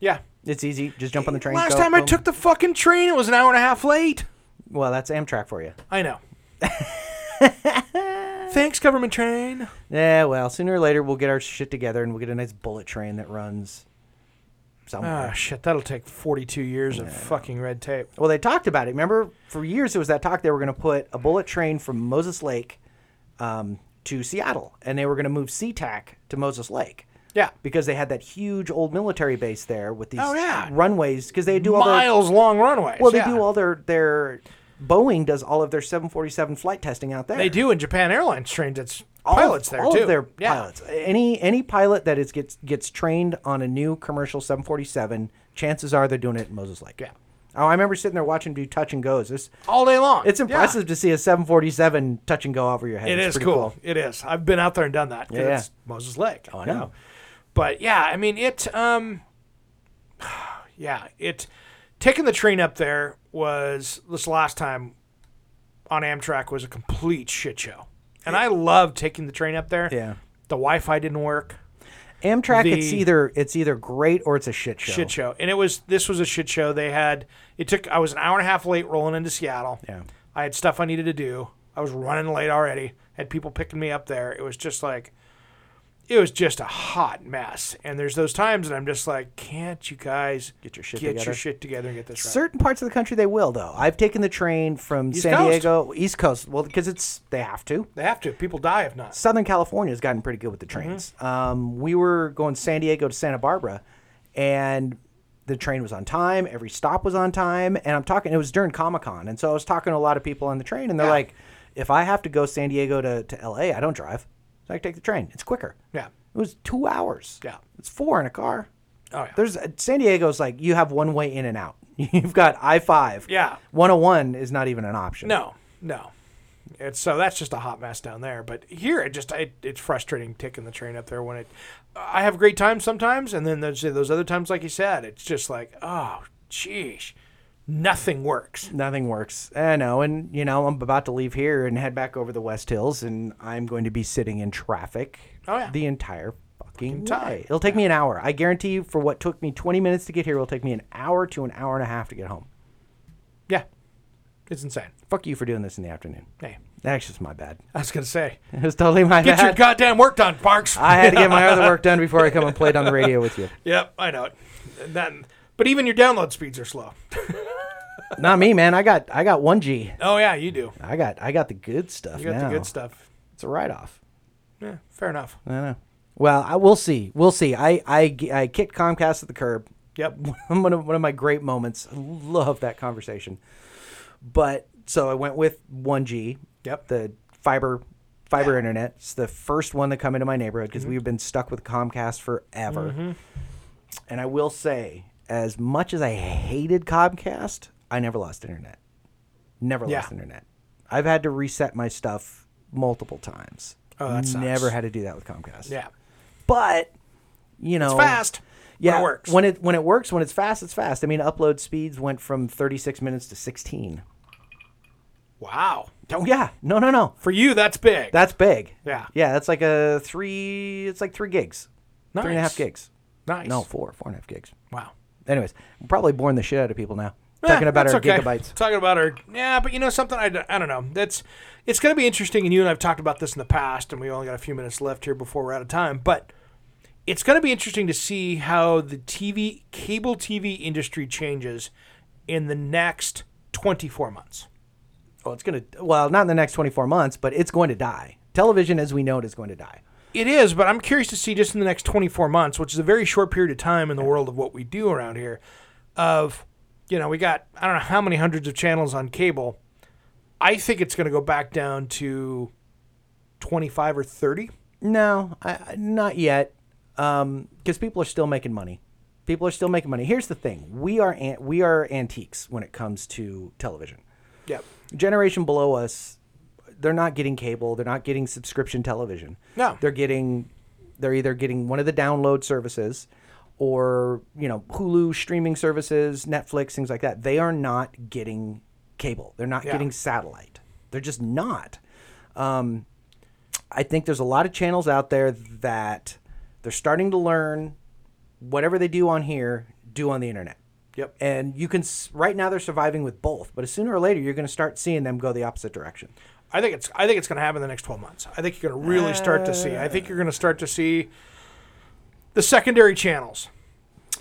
Speaker 1: Yeah.
Speaker 3: It's easy. Just jump on the train.
Speaker 1: Last
Speaker 3: go,
Speaker 1: time I
Speaker 3: boom.
Speaker 1: took the fucking train, it was an hour and a half late.
Speaker 3: Well, that's Amtrak for you.
Speaker 1: I know. Thanks, government train.
Speaker 3: Yeah. Well, sooner or later we'll get our shit together and we'll get a nice bullet train that runs
Speaker 1: Oh
Speaker 3: somewhere.
Speaker 1: Ah, shit, that'll take forty-two years of fucking red tape.
Speaker 3: well, they talked about it. Remember, for years it was that talk they were going to put a bullet train from Moses Lake um, to Seattle, and they were going to move SeaTac to Moses Lake.
Speaker 1: Yeah.
Speaker 3: because they had that huge old military base there with these
Speaker 1: Oh, yeah.
Speaker 3: runways because they do all their
Speaker 1: Miles long runways.
Speaker 3: well they
Speaker 1: yeah.
Speaker 3: do all their their Boeing does all of their 747 flight testing out there.
Speaker 1: They do in Japan Airlines trains. It's
Speaker 3: all
Speaker 1: pilots
Speaker 3: of,
Speaker 1: there
Speaker 3: all
Speaker 1: too.
Speaker 3: Of their
Speaker 1: Yeah.
Speaker 3: pilots. Any any pilot that is gets gets trained on a new commercial 747, chances are they're doing it in Moses Lake.
Speaker 1: Yeah.
Speaker 3: Oh, I remember sitting there watching them do touch and goes. It's
Speaker 1: all day long.
Speaker 3: it's
Speaker 1: Yeah.
Speaker 3: impressive to see a 747 touch and go over your head.
Speaker 1: It is
Speaker 3: it's pretty
Speaker 1: cool. It is. I've been out there and done that. 'cause
Speaker 3: Yeah, yeah.
Speaker 1: It's Moses Lake. Oh,
Speaker 3: I know.
Speaker 1: But yeah, I mean it. Um, yeah, it. Taking the train up there was this last time on Amtrak was a complete shit show, and I loved taking the train up there.
Speaker 3: Yeah.
Speaker 1: The Wi-Fi didn't work.
Speaker 3: Amtrak.
Speaker 1: The-
Speaker 3: it's either it's either great or it's a shit show.
Speaker 1: Shit show, and it was this was a shit show. They had it took. I was an hour and a half late rolling into Seattle.
Speaker 3: Yeah.
Speaker 1: I had stuff I needed to do. I was running late already. Had people picking me up there. It was just like, it was just a hot mess. And there's those times that I'm just like, can't you guys
Speaker 3: Get your shit
Speaker 1: get
Speaker 3: together."
Speaker 1: your shit together and get this right?
Speaker 3: Certain parts of the country they will though. I've taken the train from San
Speaker 1: Coast.
Speaker 3: Diego East Coast. Well, because it's they have to.
Speaker 1: They have to. People die if not.
Speaker 3: Southern California has gotten pretty good with the
Speaker 1: Mm-hmm.
Speaker 3: trains. Um, we were going San Diego to Santa Barbara, and the train was on time. Every stop was on time, and I'm talking. It was during Comic Con, and so I was talking to a lot of people on the train, and they're
Speaker 1: Yeah.
Speaker 3: like, "If I have to go San Diego to, to L.A., I don't drive. So I take the train. It's quicker.
Speaker 1: Yeah.
Speaker 3: it was two hours.
Speaker 1: Yeah.
Speaker 3: it's four in a car.
Speaker 1: Oh, yeah.
Speaker 3: There's uh, San Diego's like you have one way in and out. You've got I five.
Speaker 1: Yeah.
Speaker 3: 101 is not even an option.
Speaker 1: No, no. It's so that's just a hot mess down there. But here, it just it, it's frustrating taking the train up there when it. I have a great time sometimes, and then there's those other times, like you said, it's just like oh, jeez, nothing works.
Speaker 3: Nothing works. I know. And, you know, I'm about to leave here and head back over the West Hills, and I'm going to be sitting in traffic
Speaker 1: Oh, yeah.
Speaker 3: the entire fucking fucking
Speaker 1: time.
Speaker 3: time. It'll take me an hour. I guarantee you, for what took me 20 minutes to get here, it'll take me an hour to an hour and a half to get home.
Speaker 1: Yeah, it's insane.
Speaker 3: Fuck you for doing this in the afternoon.
Speaker 1: Hey,
Speaker 3: That's just my bad.
Speaker 1: I was gonna say,
Speaker 3: It was totally my
Speaker 1: get your
Speaker 3: bad.
Speaker 1: goddamn work done, Parks.
Speaker 3: I had to get my other work done before I come and play it on the radio with you.
Speaker 1: yep, I know it. And that, but even your download speeds are slow.
Speaker 3: Not me, man. I got I got one G.
Speaker 1: Oh yeah, you do.
Speaker 3: I got I got the good stuff.
Speaker 1: You got
Speaker 3: now.
Speaker 1: the good stuff.
Speaker 3: It's a write off.
Speaker 1: Yeah, fair enough.
Speaker 3: I know. Well, I we'll see. We'll see. I I I kicked Comcast at the curb.
Speaker 1: Yep.
Speaker 3: one of one of my great moments. I love that conversation. But so I went with 1G.
Speaker 1: Yep.
Speaker 3: The fiber fiber internet. It's the first one that come into my neighborhood because
Speaker 1: Mm-hmm.
Speaker 3: we've been stuck with Comcast forever. And I will say, as much as I hated Comcast, I never lost internet. Never
Speaker 1: Yeah.
Speaker 3: lost internet. I've had to reset my stuff multiple times.
Speaker 1: Oh, that sucks.
Speaker 3: Never had to do that with Comcast.
Speaker 1: Yeah.
Speaker 3: But you know,
Speaker 1: fast when
Speaker 3: Yeah,
Speaker 1: it works.
Speaker 3: When it when it works, when it's fast, it's fast. I mean, upload speeds went from 36 minutes to 16.
Speaker 1: Wow.
Speaker 3: Oh yeah, no, no, no.
Speaker 1: For you, that's big.
Speaker 3: That's big.
Speaker 1: Yeah.
Speaker 3: yeah. That's like a three. It's like three gigs, three and a half
Speaker 1: Nice.
Speaker 3: gigs.
Speaker 1: nice.
Speaker 3: No, four, four and a half gigs.
Speaker 1: Wow.
Speaker 3: Anyways, I'm probably boring the shit out of people now.
Speaker 1: Eh,
Speaker 3: Talking about
Speaker 1: that's
Speaker 3: our
Speaker 1: okay.
Speaker 3: gigabytes.
Speaker 1: Talking about our yeah, but you know something I, d- I don't know. That's it's going to be interesting. And you and I've talked about this in the past, and we only got a few minutes left here before we're out of time. But it's going to be interesting to see how the TV cable TV industry changes in the next 24 months.
Speaker 3: Well, it's gonna. Well, not in the next 24 months, but it's going to die. Television, as we know it, is going to die.
Speaker 1: It is, but I'm curious to see just in the next 24 months, which is a very short period of time in the world of what we do around here. Of, you know, we got I don't know how many hundreds of channels on cable. I think it's going to go back down to 25 or 30.
Speaker 3: No, I, I- not yet. Because people are still making money. People are still making money. Here's the thing: we are an- we are antiques when it comes to television.
Speaker 1: Yep.
Speaker 3: Generation below us, they're not getting cable. They're not getting subscription television.
Speaker 1: No.
Speaker 3: they're getting they're either getting one of the download services or you know Hulu streaming services, Netflix, things like that. They are not getting cable. They're not
Speaker 1: Yeah.
Speaker 3: getting satellite. They're just not. Um, I think there's a lot of channels out there that they're starting to learn whatever they do on here, do on the internet.
Speaker 1: Yep.
Speaker 3: And you can s- right now they're surviving with both, but sooner or later you're going to start seeing them go the opposite direction.
Speaker 1: I think it's I think it's going to happen in the next 12 months. I think you're going to really start to see. I think you're going to start to see the secondary channels.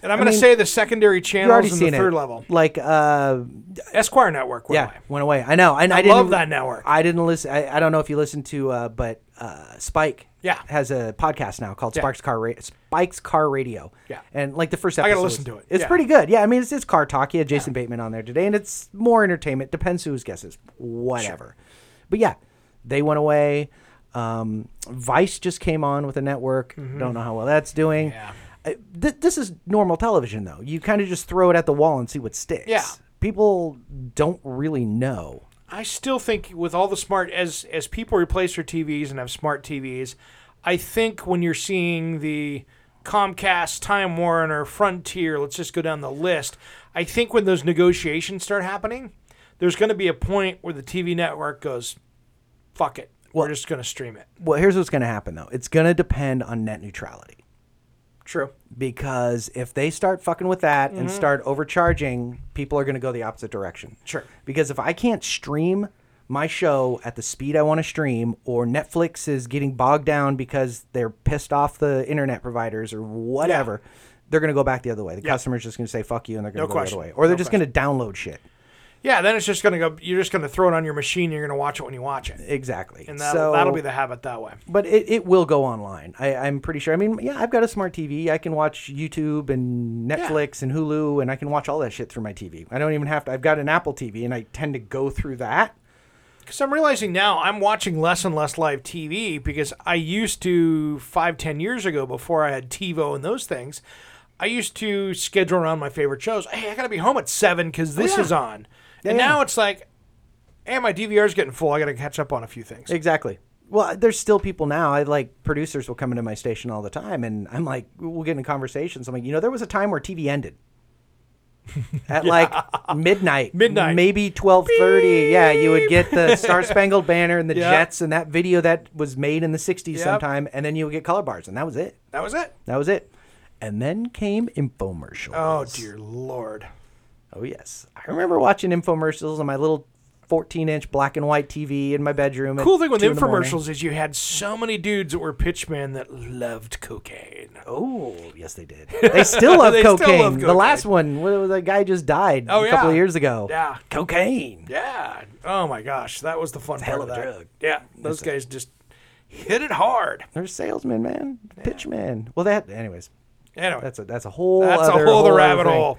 Speaker 1: And I'm going
Speaker 3: mean,
Speaker 1: to say the secondary
Speaker 3: You're already
Speaker 1: channels and the
Speaker 3: seeing
Speaker 1: third
Speaker 3: it.
Speaker 1: level.
Speaker 3: Like uh,
Speaker 1: Esquire network went
Speaker 3: yeah,
Speaker 1: away.
Speaker 3: went away. I know, and I, didn't
Speaker 1: love that network.
Speaker 3: I didn't listen. I, I don't know if you listened to, uh, but uh, Spike
Speaker 1: Yeah.
Speaker 3: has a podcast now called
Speaker 1: Yeah.
Speaker 3: Sparks Car Ra- Spike's Car Radio.
Speaker 1: Yeah.
Speaker 3: and like the first
Speaker 1: gotta
Speaker 3: episode,
Speaker 1: listen to
Speaker 3: was-
Speaker 1: it.
Speaker 3: It's
Speaker 1: Yeah.
Speaker 3: pretty good. Yeah, I mean it's, it's car talk. Yeah, Jason Bateman on there today, and it's more entertainment. Depends whose guesses, whatever. But yeah, they went away. Um, Vice just came on with a network. Don't know how well that's doing.
Speaker 1: Mm-hmm. Yeah.
Speaker 3: Uh, th- this is normal television though. You kind of just throw it at the wall and see what sticks.
Speaker 1: Yeah.
Speaker 3: People don't really know.
Speaker 1: I still think with all the smart as as people replace their TVs and have smart TVs, I think when you're seeing the Comcast, Time Warner, Frontier, let's just go down the list. I think when those negotiations start happening, there's going to be a point where the TV network goes, "Fuck it, we're just going to stream it."
Speaker 3: Well, here's what's going to happen though. It's going to depend on net neutrality
Speaker 1: True.
Speaker 3: because if they start fucking with that
Speaker 1: Mm-hmm.
Speaker 3: and start overcharging, people are going to go the opposite direction.
Speaker 1: Sure.
Speaker 3: Because if I can't stream my show at the speed I want to stream, or Netflix is getting bogged down because they're pissed off the internet providers or whatever, they're going to go back the other way. The customer's just going to say fuck you and they're going
Speaker 1: No
Speaker 3: to go
Speaker 1: question.
Speaker 3: the other way, or they're
Speaker 1: No
Speaker 3: just going to download shit.
Speaker 1: Yeah, then it's just going to go. You're just going to throw it on your machine. You're going to watch it when you watch it,
Speaker 3: Exactly.
Speaker 1: and that'll,
Speaker 3: So-
Speaker 1: that'll be the habit that way.
Speaker 3: but it, it will go online. I, I'm pretty sure. I mean, yeah, I've got a smart TV. I can watch YouTube and Netflix and Hulu, and I can watch all that shit through my TV. I don't even have to. I've got an Apple TV, and I tend to go through that.
Speaker 1: Because I'm realizing now I'm watching less and less live TV because I used to, five, ten years ago, before I had TiVo and those things, I used to schedule around my favorite shows. Hey, I got to be home at seven because this
Speaker 3: Oh, yeah.
Speaker 1: is on.
Speaker 3: Yeah,
Speaker 1: and
Speaker 3: yeah.
Speaker 1: now it's like, hey, my DVR's getting full. I got to catch up on a few things.
Speaker 3: Exactly. Well, uh, there's still people now. I like producers will come into my station all the time, and I'm like, we'll get in conversations. I'm like, you know, there was a time where TV ended. at like midnight,
Speaker 1: Midnight.
Speaker 3: maybe twelve thirty. Yeah, you would get the Star Spangled Banner and the
Speaker 1: Yeah.
Speaker 3: Jets and that video that was made in the '60s
Speaker 1: Yep.
Speaker 3: sometime, and then you would get color bars, and that was it.
Speaker 1: That was it.
Speaker 3: That was it. And then came infomercials.
Speaker 1: Oh dear lord.
Speaker 3: Oh yes, I remember watching infomercials on my little 14-inch black and white TV in my bedroom. at
Speaker 1: Cool thing with
Speaker 3: two in the morning.
Speaker 1: infomercials is you had so many dudes that were pitchmen that loved cocaine.
Speaker 3: Oh, yes, they did. They still love,
Speaker 1: They still
Speaker 3: cocaine.
Speaker 1: love
Speaker 3: The
Speaker 1: cocaine.
Speaker 3: last one, where the guy just died
Speaker 1: Oh,
Speaker 3: a couple
Speaker 1: yeah.
Speaker 3: of years ago.
Speaker 1: Yeah.
Speaker 3: Cocaine.
Speaker 1: Yeah. Oh my gosh, that was the fun part
Speaker 3: hell
Speaker 1: of
Speaker 3: of a
Speaker 1: that.
Speaker 3: drug.
Speaker 1: Yeah, those guys just hit it hard.
Speaker 3: They're salesmen, man. Pitchman. Well, that, anyways,
Speaker 1: Anyway,
Speaker 3: that's a that's a whole
Speaker 1: that's
Speaker 3: other,
Speaker 1: a whole, other
Speaker 3: other
Speaker 1: rabbit
Speaker 3: thing.
Speaker 1: hole.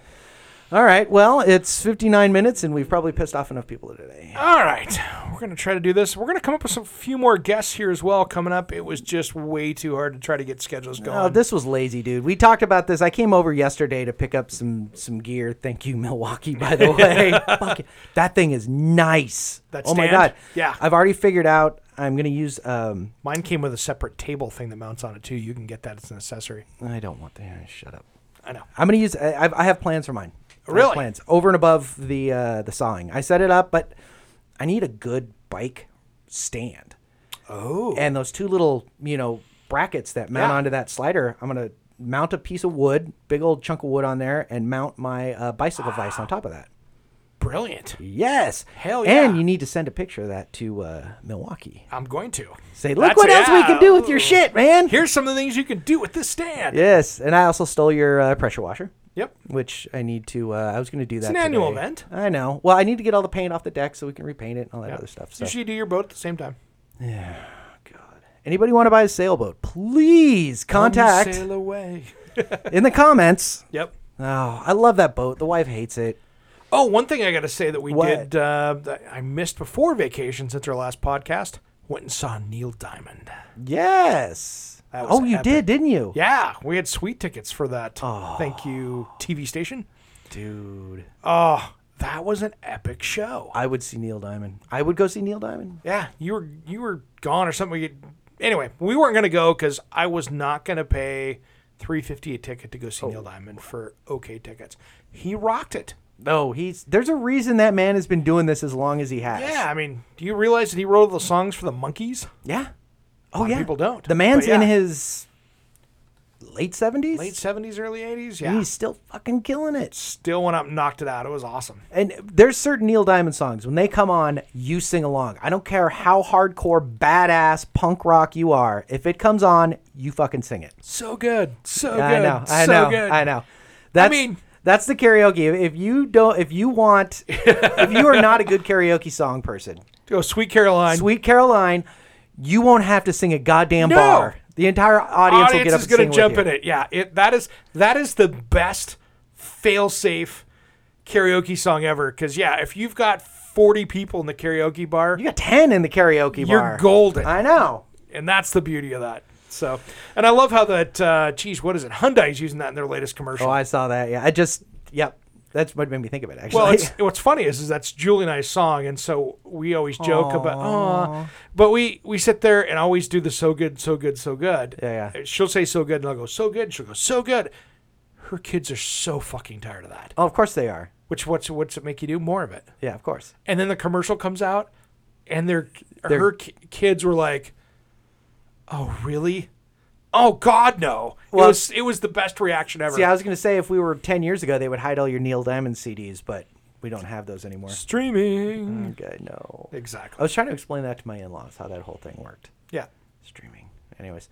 Speaker 3: All right. Well, it's 59 minutes, and we've probably pissed off enough people today.
Speaker 1: All right, we're gonna try to do this. We're gonna come up with some few more guests here as well coming up. It was just way too hard to try to get schedules going.
Speaker 3: Oh, this was lazy, dude. We talked about this. I came over yesterday to pick up some some gear. Thank you, Milwaukee, by the way. Fuck it. That thing is nice.
Speaker 1: That
Speaker 3: oh my
Speaker 1: stand?
Speaker 3: god.
Speaker 1: Yeah.
Speaker 3: I've already figured out. I'm gonna use. Um,
Speaker 1: Mine came with a separate table thing that mounts on it too. You can get that as an accessory.
Speaker 3: I don't want that. Shut up.
Speaker 1: I know.
Speaker 3: I'm gonna use. I, I've- I have plans for mine. I have
Speaker 1: Really?
Speaker 3: plans over and above the uh, the sawing. I set it up, but I need a good bike stand.
Speaker 1: Oh.
Speaker 3: And those two little you know brackets that mount
Speaker 1: Yeah.
Speaker 3: onto that slider, I'm gonna mount a piece of wood, big old chunk of wood on there, and mount my uh, bicycle vise on top of that.
Speaker 1: Brilliant.
Speaker 3: Yes.
Speaker 1: Hell
Speaker 3: And
Speaker 1: yeah.
Speaker 3: you need to send a picture of that to uh, Milwaukee.
Speaker 1: I'm going to.
Speaker 3: Say,
Speaker 1: That's-
Speaker 3: look what else we
Speaker 1: yeah.
Speaker 3: can do with your shit, man.
Speaker 1: Here's some of the things you can do with this stand.
Speaker 3: Yes. And I also stole your uh, pressure washer.
Speaker 1: Yep.
Speaker 3: which I need to. Uh, I was going to do that.
Speaker 1: an annual
Speaker 3: today.
Speaker 1: event.
Speaker 3: I know. Well, I need to get all the paint off the deck so we can repaint it and all that other stuff. So,
Speaker 1: You should do your boat at the same time.
Speaker 3: God. anybody want to buy a sailboat? Please contact
Speaker 1: Sail away.
Speaker 3: in the comments.
Speaker 1: Yep.
Speaker 3: Oh, I love that boat. The wife hates it.
Speaker 1: Oh, one thing I got to say that we
Speaker 3: What?
Speaker 1: did uh, that I missed before vacation since our last podcast went and saw Neil Diamond.
Speaker 3: Yes.
Speaker 1: That was
Speaker 3: Oh, you
Speaker 1: epic.
Speaker 3: did, didn't you?
Speaker 1: Yeah, we had sweet tickets for that. Thank you, TV station.
Speaker 3: dude.
Speaker 1: Oh, that was an epic show.
Speaker 3: I would see Neil Diamond. I would go see Neil Diamond.
Speaker 1: Yeah, you were you were gone or something. You- Anyway, we weren't gonna go because I was not gonna pay three fifty a ticket to go see Neil Diamond for OK tickets. He rocked it.
Speaker 3: No, he's there's a reason that man has been doing this as long as he has.
Speaker 1: Yeah, I mean, do you realize that he wrote all the songs for the Monkeys?
Speaker 3: Yeah.
Speaker 1: lot
Speaker 3: Oh,
Speaker 1: of
Speaker 3: yeah.
Speaker 1: people don't,
Speaker 3: The man's
Speaker 1: but
Speaker 3: in
Speaker 1: yeah.
Speaker 3: his late seventies.
Speaker 1: Late seventies, early eighties.
Speaker 3: and
Speaker 1: Yeah,
Speaker 3: he's still fucking killing it.
Speaker 1: still went up and knocked it out. It was awesome.
Speaker 3: And there's certain Neil Diamond songs when they come on, you sing along. I don't care how hardcore badass punk rock you are. If it comes on, you fucking sing it.
Speaker 1: So good. So
Speaker 3: I
Speaker 1: good.
Speaker 3: know. I
Speaker 1: so
Speaker 3: know.
Speaker 1: Good.
Speaker 3: I know. That's,
Speaker 1: mean-
Speaker 3: that's the karaoke. If you don't, if you want, if you are not a good karaoke song person,
Speaker 1: Oh, Sweet Caroline.
Speaker 3: Sweet Caroline, you won't have to sing a goddamn
Speaker 1: No.
Speaker 3: bar. The entire audience, will
Speaker 1: audience
Speaker 3: get up
Speaker 1: is
Speaker 3: and
Speaker 1: going
Speaker 3: sing
Speaker 1: to jump
Speaker 3: with
Speaker 1: in
Speaker 3: you.
Speaker 1: it. Yeah, it that is that is the best fail-safe karaoke song ever. Because yeah, if you've got forty people in the karaoke bar,
Speaker 3: You got ten in the karaoke
Speaker 1: You're
Speaker 3: bar.
Speaker 1: golden.
Speaker 3: I know.
Speaker 1: and that's the beauty of that. So, and I love how that. Uh, geez, what is it? Hyundai's using that in their latest commercial.
Speaker 3: Oh, I saw that. Yeah, I just yep. That's what made me think of it. Actually,
Speaker 1: well, it's, what's funny is, is that's Julie and I's song, and so we always joke about. Aw. But we we sit there and always do the so good, so good, so good. Uh,
Speaker 3: Yeah, yeah.
Speaker 1: She'll say so good, and I'll go so good. And she'll go so good. Her kids are so fucking tired of that.
Speaker 3: oh, of course they are.
Speaker 1: Which what's what's it make you do more of it?
Speaker 3: Yeah, of course.
Speaker 1: And then the commercial comes out, and their
Speaker 3: They're-
Speaker 1: her ki- kids were like, "Oh really? Oh God no!"
Speaker 3: Well-
Speaker 1: it was it was the best reaction ever.
Speaker 3: See, I was gonna say if we were ten years ago, they would hide all your Neil Diamond CDs, but we don't have those anymore.
Speaker 1: Streaming.
Speaker 3: Okay, no. I
Speaker 1: Exactly.
Speaker 3: was trying to explain that to my in-laws how that whole thing worked.
Speaker 1: Yeah.
Speaker 3: Streaming. Anyways.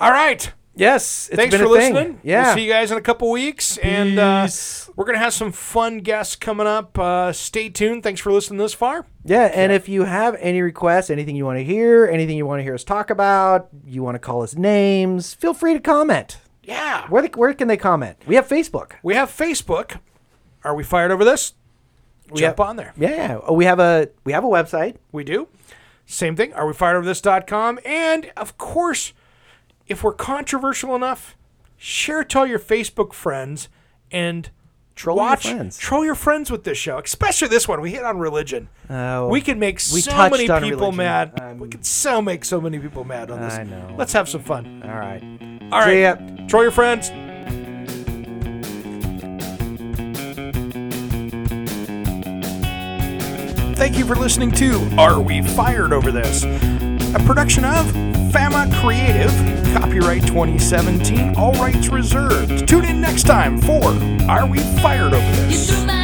Speaker 1: All right.
Speaker 3: Yes. It's
Speaker 1: Thanks
Speaker 3: been
Speaker 1: for
Speaker 3: a thing.
Speaker 1: listening.
Speaker 3: Yeah.
Speaker 1: We'll see you guys in a couple weeks, and uh,
Speaker 3: Peace.
Speaker 1: we're gonna have some fun guests coming up. Uh, stay tuned. Thanks for listening this far.
Speaker 3: Yeah, and if you have any requests, anything you want to hear, anything you want to hear us talk about, you want to call us names, feel free to comment.
Speaker 1: Yeah.
Speaker 3: Where, the, where can they comment? We have Facebook.
Speaker 1: We have Facebook. Are we fired over this? Jump
Speaker 3: have-
Speaker 1: on there.
Speaker 3: Yeah, oh, we have a we have a website.
Speaker 1: We do. Same thing. Are we fired over this.com? And of course, if we're controversial enough, share it to all your Facebook friends and
Speaker 3: Troll your
Speaker 1: watch,
Speaker 3: friends.
Speaker 1: Troll your friends with this show, especially this one. We hit on religion.
Speaker 3: Oh,
Speaker 1: we can make
Speaker 3: we
Speaker 1: so
Speaker 3: touched
Speaker 1: many people
Speaker 3: on religion.
Speaker 1: mad.
Speaker 3: Um,
Speaker 1: we can so make so many people mad on this.
Speaker 3: I know.
Speaker 1: Let's have some fun.
Speaker 3: All right.
Speaker 1: All right.
Speaker 3: See ya.
Speaker 1: Troll your friends. thank you for listening to Are We Fired Over This? A production of Fama Creative, copyright 2017, all rights reserved. Tune in next time for Are We Fired Over This?
Speaker 4: You threw my